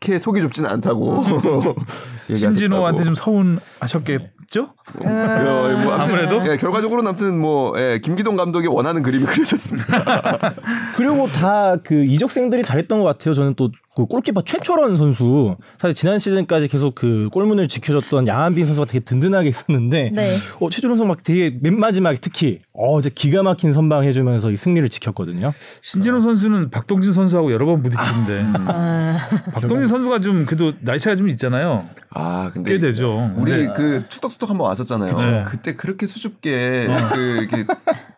[SPEAKER 4] 그렇게 속이 좁지는 않다고.
[SPEAKER 2] 음. 신진호한테
[SPEAKER 4] 얘기하셨다고.
[SPEAKER 2] 좀
[SPEAKER 3] 네.
[SPEAKER 2] 서운하셨겠죠?
[SPEAKER 4] 예, 뭐
[SPEAKER 2] 아무래도?
[SPEAKER 4] 예, 결과적으로는 아무튼 뭐 예, 김기동 감독이 원하는 그림이 그려졌습니다.
[SPEAKER 3] 그리고 다 그 이적생들이 잘했던 것 같아요. 저는 또 그 골키퍼 최철원 선수 사실 지난 시즌까지 계속 그 골문을 지켜줬던 양한빈 선수가 되게 든든하게 있었는데
[SPEAKER 5] 네.
[SPEAKER 3] 어, 최철원 선수 막 되게 맨 마지막에 특히 어 이제 기가 막힌 선방 해주면서 이 승리를 지켰거든요.
[SPEAKER 2] 신진호 선수는 박동진 선수하고 여러 번 부딪히는데 아. 박동진 선수가 좀 그래도 나이 차가 좀 있잖아요.
[SPEAKER 4] 아, 근데
[SPEAKER 2] 꽤 되죠. 네.
[SPEAKER 4] 우리
[SPEAKER 2] 근데
[SPEAKER 4] 그 추덕추덕 한번
[SPEAKER 2] 네.
[SPEAKER 4] 왔었잖아요. 그때 그렇게 수줍게
[SPEAKER 2] 어.
[SPEAKER 4] 그 이렇게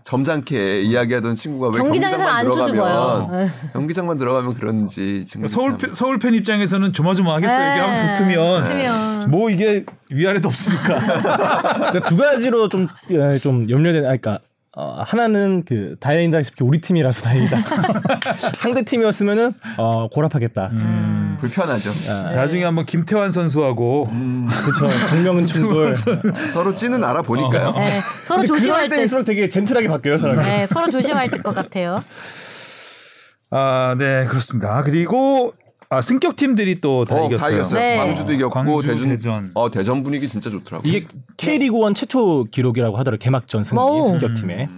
[SPEAKER 4] 점잖게 이야기하던 친구가 왜
[SPEAKER 5] 경기장에서는
[SPEAKER 4] 경기장만
[SPEAKER 5] 안
[SPEAKER 4] 들어가면
[SPEAKER 5] 수줍어요. 네.
[SPEAKER 4] 경기장만 들어가면 그런지 지금
[SPEAKER 2] 서울
[SPEAKER 4] 참.
[SPEAKER 2] 팬, 서울 팬 입장에서는 조마조마하겠어요. 이게 한번 네. 붙으면
[SPEAKER 5] 붙으면.
[SPEAKER 2] 뭐 이게 위아래도 없으니까
[SPEAKER 3] 그러니까 두 가지로 좀, 에, 좀 염려되는, 아, 그러니까, 어, 하나는 그, 다행이다시피 우리 팀이라서 다행이다. 상대 팀이었으면은, 어, 고랍하겠다.
[SPEAKER 4] 불편하죠.
[SPEAKER 2] 나중에 한번 김태환 선수하고
[SPEAKER 3] 그쵸. 정명은 충돌.
[SPEAKER 4] 서로 찌는 알아보니까요.
[SPEAKER 2] 어.
[SPEAKER 5] 네, 서로
[SPEAKER 3] 근데
[SPEAKER 5] 조심할
[SPEAKER 3] 그럴
[SPEAKER 5] 때.
[SPEAKER 3] 때일수록 되게 젠틀하게 바뀌어요, 사람이.
[SPEAKER 5] 네, 서로 조심할 것 같아요.
[SPEAKER 2] 아, 네, 그렇습니다. 그리고 아, 승격 팀들이 또 다
[SPEAKER 4] 어, 다
[SPEAKER 2] 이겼어요.
[SPEAKER 4] 이겼어요.
[SPEAKER 5] 네.
[SPEAKER 4] 광주도 이겼고
[SPEAKER 2] 광주,
[SPEAKER 4] 대전,
[SPEAKER 2] 대전.
[SPEAKER 4] 어 대전 분위기 진짜 좋더라고요.
[SPEAKER 3] 이게 K리그 원 최초 기록이라고 하더라고요. 개막전 승리,
[SPEAKER 5] 와우.
[SPEAKER 3] 승격팀에.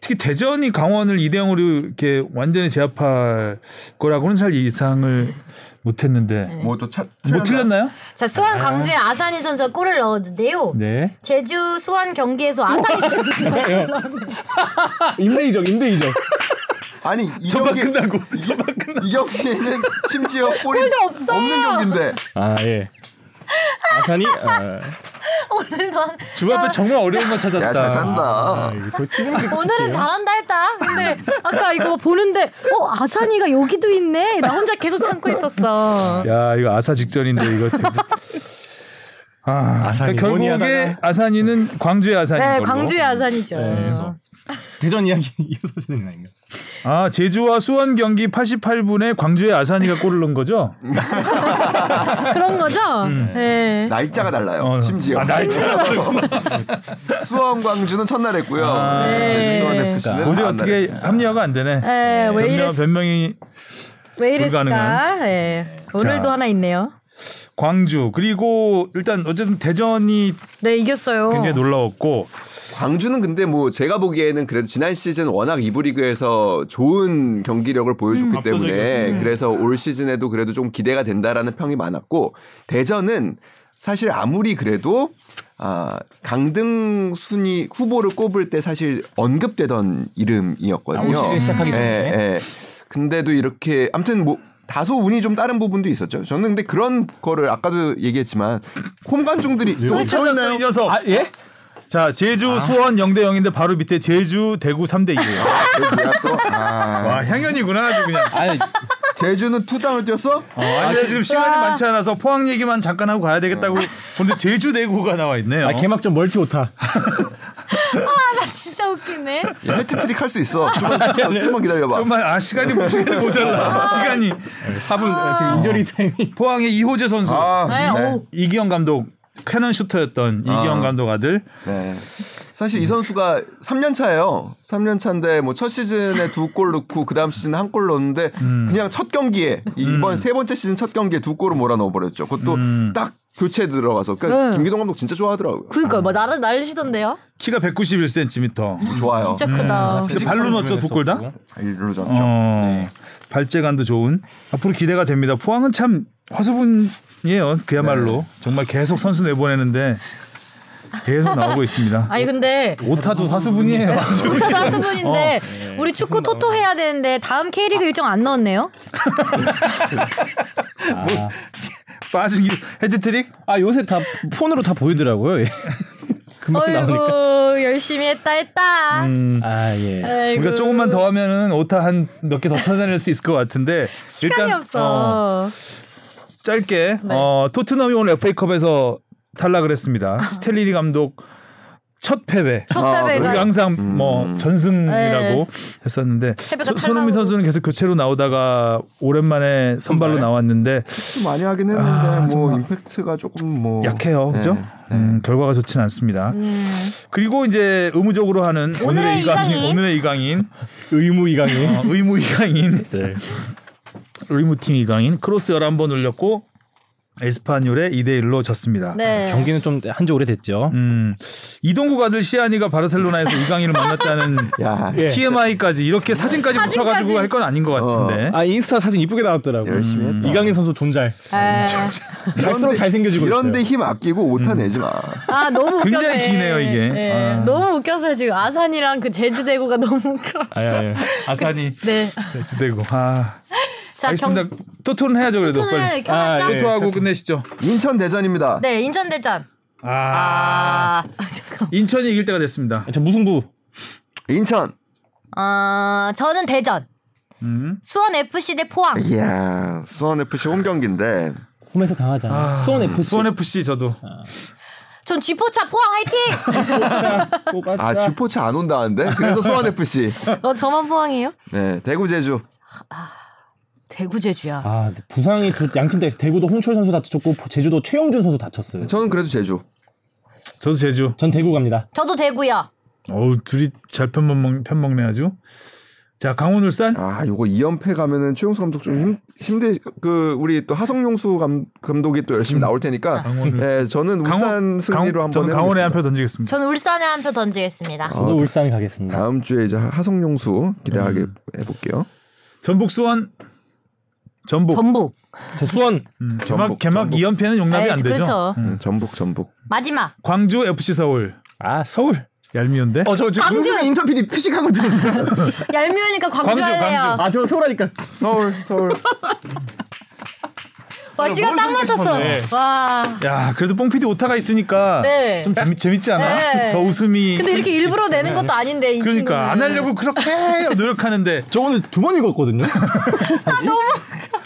[SPEAKER 2] 특히 대전이 강원을 2대 0으로 이렇게 완전히 제압할 거라고는 잘 예상을 못 했는데.
[SPEAKER 4] 네. 뭐또 차,
[SPEAKER 2] 뭐 틀렸나요?
[SPEAKER 5] 자, 수원 광주의 아산이 선수가 골을 넣었는데요.
[SPEAKER 2] 네.
[SPEAKER 5] 제주 수원 경기에서 아산이 선수가
[SPEAKER 3] 임대이적, 임대이적.
[SPEAKER 4] 아니
[SPEAKER 2] 전반
[SPEAKER 4] 이경기
[SPEAKER 2] 끝나고 전반 끝나.
[SPEAKER 4] 이경기는 심지어 골이
[SPEAKER 5] 없어요.
[SPEAKER 4] 없는 경기인데
[SPEAKER 3] 아, 예. 아산이, 아,
[SPEAKER 5] 오늘도 한-
[SPEAKER 2] 주말에 정말 어려운 건 찾았다.
[SPEAKER 4] 야 잘
[SPEAKER 3] 아,
[SPEAKER 4] 산다.
[SPEAKER 3] 이거 튀김집
[SPEAKER 5] 오늘은 잘한다 했다. 근데 아까 이거 보는데 어 아산이가 여기도 있네. 나 혼자 계속 참고 있었어.
[SPEAKER 2] 야 이거 아사 직전인데 이거. 되게- 아,
[SPEAKER 3] 아산이
[SPEAKER 2] 그러니까 결국에
[SPEAKER 3] 뭐니 하다가.
[SPEAKER 2] 아산이는 광주의 아산인
[SPEAKER 5] 네,
[SPEAKER 2] 걸로.
[SPEAKER 5] 광주의 아산이죠.
[SPEAKER 3] 네, 그래서. 대전 이야기 이어서지는 거 아닌가.
[SPEAKER 2] 아 제주와 수원 경기 88분에 광주의 아산이가 골을 넣은 거죠?
[SPEAKER 4] 음,
[SPEAKER 5] 그런 거죠?
[SPEAKER 2] 음.
[SPEAKER 5] 네.
[SPEAKER 4] 날짜가 달라요.
[SPEAKER 2] 어.
[SPEAKER 4] 심지어
[SPEAKER 2] 아, 날짜가
[SPEAKER 4] 수원 광주는 첫날 했고요.
[SPEAKER 2] 아,
[SPEAKER 5] 네.
[SPEAKER 4] 제주 수원 FC는
[SPEAKER 2] 도저히
[SPEAKER 4] 다음날
[SPEAKER 2] 어떻게
[SPEAKER 4] 했습니다.
[SPEAKER 2] 합리화가 안 되네.
[SPEAKER 5] 네, 왜
[SPEAKER 2] 변명,
[SPEAKER 5] 이랬-
[SPEAKER 2] 변명이
[SPEAKER 5] 왜 이랬을까?
[SPEAKER 2] 불가능한.
[SPEAKER 5] 네. 오늘도
[SPEAKER 2] 자.
[SPEAKER 5] 하나 있네요.
[SPEAKER 2] 광주 그리고 일단 어쨌든 대전이
[SPEAKER 5] 네, 이겼어요.
[SPEAKER 2] 굉장히 놀라웠고
[SPEAKER 4] 광주는 근데 뭐 제가 보기에는 그래도 지난 시즌 워낙 이부 리그에서 좋은 경기력을
[SPEAKER 3] 음,
[SPEAKER 4] 보여줬기 때문에 그래서 올 시즌에도 그래도 좀 기대가 된다라는 평이 많았고 대전은 사실 아무리 그래도 아 강등 순위 후보를 꼽을 때 사실 언급되던 이름이었거든요.
[SPEAKER 3] 아, 올 시즌 시작하기 전에.
[SPEAKER 4] 예, 예. 근데도 이렇게 아무튼 뭐 다소 운이 좀 다른 부분도 있었죠. 저는 근데 그런 거를 아까도 얘기했지만 홈 관중들이 또
[SPEAKER 2] 쳐졌어 이 녀석.
[SPEAKER 3] 아, 예?
[SPEAKER 2] 자 제주 수원 0대 0인데 바로 밑에 제주 대구 3대 2예요.
[SPEAKER 4] 제주야 또 아.
[SPEAKER 2] 와 향연이구나 아주 그냥.
[SPEAKER 3] 아니, 예.
[SPEAKER 4] 제주는 투다운을 뛰었어?
[SPEAKER 2] 아, 근데 지금 시간이 많지 않아서 포항 얘기만 잠깐 하고 가야 되겠다고. 근데 제주 대구가 나와 있네요.
[SPEAKER 3] 네. 아, 개막전 멀티 오타.
[SPEAKER 5] 아, 진짜 웃기네.
[SPEAKER 3] 예.
[SPEAKER 4] 야, 해트트릭 할 수 있어. 좀만,
[SPEAKER 3] 아, 네.
[SPEAKER 4] 좀만, 좀만 기다려봐.
[SPEAKER 2] 정말 아 시간이 모- 시간이 모자라. 시간이 아.
[SPEAKER 3] 4분 네, 인저리 타이밍.
[SPEAKER 2] 포항의 이호재 선수,
[SPEAKER 4] 아,
[SPEAKER 5] 네,
[SPEAKER 3] 어.
[SPEAKER 5] 오.
[SPEAKER 2] 이기영 감독 캐논 슈터였던 이기영 감독 아들.
[SPEAKER 4] 네. 사실 이 선수가 3년 차예요. 3년 차인데 뭐 첫 시즌에 두 골 넣고 그 다음 시즌 한 골 넣었는데
[SPEAKER 3] 음.
[SPEAKER 4] 그냥 첫 경기에 이- 이번 세 번째 시즌 첫 경기에 두 골을 몰아 넣어 버렸죠. 그것도
[SPEAKER 3] 음.
[SPEAKER 4] 딱 교체 들어가서 그러니까
[SPEAKER 5] 네.
[SPEAKER 4] 김기동 감독 진짜 좋아하더라고요.
[SPEAKER 5] 그니까 뭐 나를 날리시던데요?
[SPEAKER 2] 키가 191cm.
[SPEAKER 4] 좋아요.
[SPEAKER 2] 음.
[SPEAKER 4] 아,
[SPEAKER 5] 진짜 크다.
[SPEAKER 2] 근데 발로 넣었죠 두 골 다.
[SPEAKER 4] 일로 잡죠.
[SPEAKER 2] 어, 발재간도 좋은 앞으로 기대가 됩니다. 포항은 참 화수분이에요. 그야말로 정말 계속 선수 내보내는데 계속 나오고 있습니다.
[SPEAKER 5] 아니 근데
[SPEAKER 2] 오타도 화수분이에요.
[SPEAKER 3] 네.
[SPEAKER 2] 어.
[SPEAKER 5] 다섯 분인데
[SPEAKER 2] 네.
[SPEAKER 5] 우리 축구
[SPEAKER 2] 음.
[SPEAKER 5] 토토 해야 되는데 다음 K리그
[SPEAKER 2] 아.
[SPEAKER 5] 일정 안 넣었네요.
[SPEAKER 2] 빠지기 헤드트릭?
[SPEAKER 3] 아 요새 다 폰으로 다 보이더라고요. 예. 금방 나오니까.
[SPEAKER 5] 어이구 열심히 했다 했다.
[SPEAKER 3] 아 예.
[SPEAKER 2] 음.
[SPEAKER 5] 아이고.
[SPEAKER 2] 우리가 조금만 더 하면은 오타 한 몇 개 더 찾아낼 수 있을 것 같은데
[SPEAKER 5] 시간이 네.
[SPEAKER 2] 일단,
[SPEAKER 5] 없어.
[SPEAKER 2] 어, 짧게 어, 토트넘이 오늘 FA컵에서 탈락을 했습니다. 스텔리니 감독 첫 패배.
[SPEAKER 5] 아. 패배가 네.
[SPEAKER 2] 우리가 항상 뭐 전승이라고 했었는데
[SPEAKER 5] 패배가
[SPEAKER 2] 소-
[SPEAKER 5] 탈락으로.
[SPEAKER 2] 손흥민 선수는 계속 교체로 나오다가 오랜만에 선발로 나왔는데
[SPEAKER 4] 좀 많이 하긴 했는데
[SPEAKER 2] 아,
[SPEAKER 4] 뭐
[SPEAKER 2] 정말.
[SPEAKER 4] 임팩트가 조금 뭐
[SPEAKER 2] 약해요, 그죠?
[SPEAKER 4] 네, 네.
[SPEAKER 2] 음, 결과가 좋지는 않습니다. 그리고 이제 의무적으로 하는 오늘의
[SPEAKER 5] 음. 오늘의
[SPEAKER 2] 이강인,
[SPEAKER 5] 이강인.
[SPEAKER 2] 오늘의 이강인,
[SPEAKER 3] 의무 이강인.
[SPEAKER 2] 어, 의무 이강인,
[SPEAKER 3] 네.
[SPEAKER 2] 의무팀 이강인 크로스 11번 올렸고 에스파뇰에 2대 1로 졌습니다.
[SPEAKER 5] 네.
[SPEAKER 3] 경기는 좀 한 지 오래됐죠.
[SPEAKER 2] 음, 이동국 아들 시아니가 바르셀로나에서 이강인을 만났다는
[SPEAKER 4] 야
[SPEAKER 3] 예.
[SPEAKER 2] TMI까지 이렇게 사진까지
[SPEAKER 5] 사진까지.
[SPEAKER 2] 붙여가지고 할 건 아닌
[SPEAKER 4] 어.
[SPEAKER 2] 것 같은데.
[SPEAKER 3] 아 인스타 사진 이쁘게 나왔더라고요. 음.
[SPEAKER 4] 열심히 했다.
[SPEAKER 3] 이강인 선수 존잘.
[SPEAKER 1] 아,
[SPEAKER 2] 아,
[SPEAKER 5] 에.
[SPEAKER 3] 갈수록 잘생겨지고
[SPEAKER 4] 이런데
[SPEAKER 3] 있어요. 음.
[SPEAKER 4] 힘 아끼고 오타 내지 마.
[SPEAKER 5] 아 너무 웃겨서
[SPEAKER 2] 굉장히 기네요, 이게.
[SPEAKER 5] 네.
[SPEAKER 2] 아.
[SPEAKER 5] 너무 웃겨서 지금 아산이랑 그 제주 대구가 너무 웃겨.
[SPEAKER 3] 아, 예, 예.
[SPEAKER 2] 아산이
[SPEAKER 1] 그-
[SPEAKER 5] 네.
[SPEAKER 2] 주대고. 아,
[SPEAKER 5] 자
[SPEAKER 2] 알겠습니다. 토토는 해야죠 그래도
[SPEAKER 5] 네, 경기는
[SPEAKER 2] 빨리. 네,
[SPEAKER 5] 켜놨죠?
[SPEAKER 3] 아, 예.
[SPEAKER 2] 토토하고 끝내시죠.
[SPEAKER 4] 인천 대전입니다.
[SPEAKER 5] 네 인천 대전.
[SPEAKER 2] 아,
[SPEAKER 5] 아,
[SPEAKER 2] 인천이 이길 때가
[SPEAKER 4] 아,
[SPEAKER 2] 됐습니다.
[SPEAKER 3] 저 무승부.
[SPEAKER 4] 인천.
[SPEAKER 5] 어, 저는 대전.
[SPEAKER 2] 음.
[SPEAKER 5] 수원 FC 대 포항.
[SPEAKER 4] 네. 이야 수원 FC 홈 경기인데
[SPEAKER 3] 홈에서 강하잖아.
[SPEAKER 2] 아,
[SPEAKER 3] 수원 FC.
[SPEAKER 2] 수원 FC 저도.
[SPEAKER 5] 전 쥐포차 포항 화이팅.
[SPEAKER 3] 뽑았자.
[SPEAKER 4] 아 주포츠 안 온다는데 그래서 수원 FC.
[SPEAKER 5] 어 저만 포항이에요?
[SPEAKER 4] 네 대구 제주.
[SPEAKER 5] 대구 제주야.
[SPEAKER 3] 아, 근데 부상이 양팀 다 있어요. 대구도 홍철 선수 다쳤고 제주도 최용준 선수 다쳤어요.
[SPEAKER 4] 저는 그래도 제주.
[SPEAKER 2] 저도 제주.
[SPEAKER 3] 전 대구 갑니다.
[SPEAKER 5] 저도 대구요.
[SPEAKER 2] 어우 둘이 잘 편먹 편먹네 아주. 자 강원 울산.
[SPEAKER 4] 아 요거 2연패 가면은 최용수 감독 좀 힘, 힘들 그 우리 또 하성용수 감, 감독이 또 열심히 나올 테니까.
[SPEAKER 2] 강원을.
[SPEAKER 4] 네 저는 울산 승리로 한번
[SPEAKER 2] 저는
[SPEAKER 4] 해보겠습니다.
[SPEAKER 2] 강원에 한 표 던지겠습니다.
[SPEAKER 5] 저는 울산에 한 표 던지겠습니다.
[SPEAKER 3] 저도
[SPEAKER 4] 어,
[SPEAKER 3] 울산 가겠습니다.
[SPEAKER 4] 다음 주에 이제 하성용수 기대하게 해볼게요.
[SPEAKER 2] 전북 수원. 전북.
[SPEAKER 5] 전북.
[SPEAKER 3] 저 수원
[SPEAKER 2] 음, 개막
[SPEAKER 4] 전북,
[SPEAKER 2] 개막
[SPEAKER 4] 전북.
[SPEAKER 2] 2연패는 용납이
[SPEAKER 5] 에이,
[SPEAKER 2] 안 되죠.
[SPEAKER 5] 그렇죠.
[SPEAKER 2] 음.
[SPEAKER 4] 음, 전북 전북.
[SPEAKER 5] 마지막.
[SPEAKER 2] 광주 FC 서울.
[SPEAKER 3] 아 서울.
[SPEAKER 2] 얄미운데?
[SPEAKER 3] 어저 지금
[SPEAKER 5] 광주!
[SPEAKER 3] 광주 인턴 PD 피식하고 들었어요.
[SPEAKER 5] 얄미우니까 광주
[SPEAKER 2] 광주,
[SPEAKER 5] 할래요.
[SPEAKER 2] 광주.
[SPEAKER 3] 아저 서울하니까.
[SPEAKER 4] 서울 서울.
[SPEAKER 2] 아,
[SPEAKER 5] 와 시간 딱 맞췄어.
[SPEAKER 2] 네.
[SPEAKER 5] 와.
[SPEAKER 2] 야, 그래도 뽕피디 오타가 있으니까
[SPEAKER 5] 네.
[SPEAKER 2] 좀 재미, 재밌지 않아?
[SPEAKER 5] 네.
[SPEAKER 2] 더 웃음이.
[SPEAKER 5] 근데 이렇게 일부러 내는 것도 아닌데 이
[SPEAKER 2] 그러니까 안
[SPEAKER 5] 친구는.
[SPEAKER 2] 하려고 그렇게 노력하는데
[SPEAKER 3] 저 오늘 두 번 읽었거든요.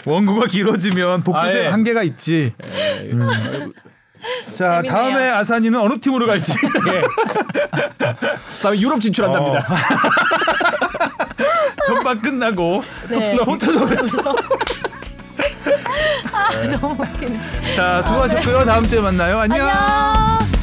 [SPEAKER 2] 원고가 길어지면 복붙의
[SPEAKER 3] 아, 예.
[SPEAKER 2] 한계가 있지. 음. 자,
[SPEAKER 5] 재밌네요.
[SPEAKER 2] 다음에 아산이는 어느 팀으로 갈지.
[SPEAKER 3] 예. 다음에 유럽 진출한답니다.
[SPEAKER 2] 어. 전반 끝나고
[SPEAKER 5] 네.
[SPEAKER 2] 토트넘 호텔에서.
[SPEAKER 5] 너무 웃기네.
[SPEAKER 2] 자, 수고하셨고요. 다음 주에 만나요. 안녕.
[SPEAKER 5] 안녕.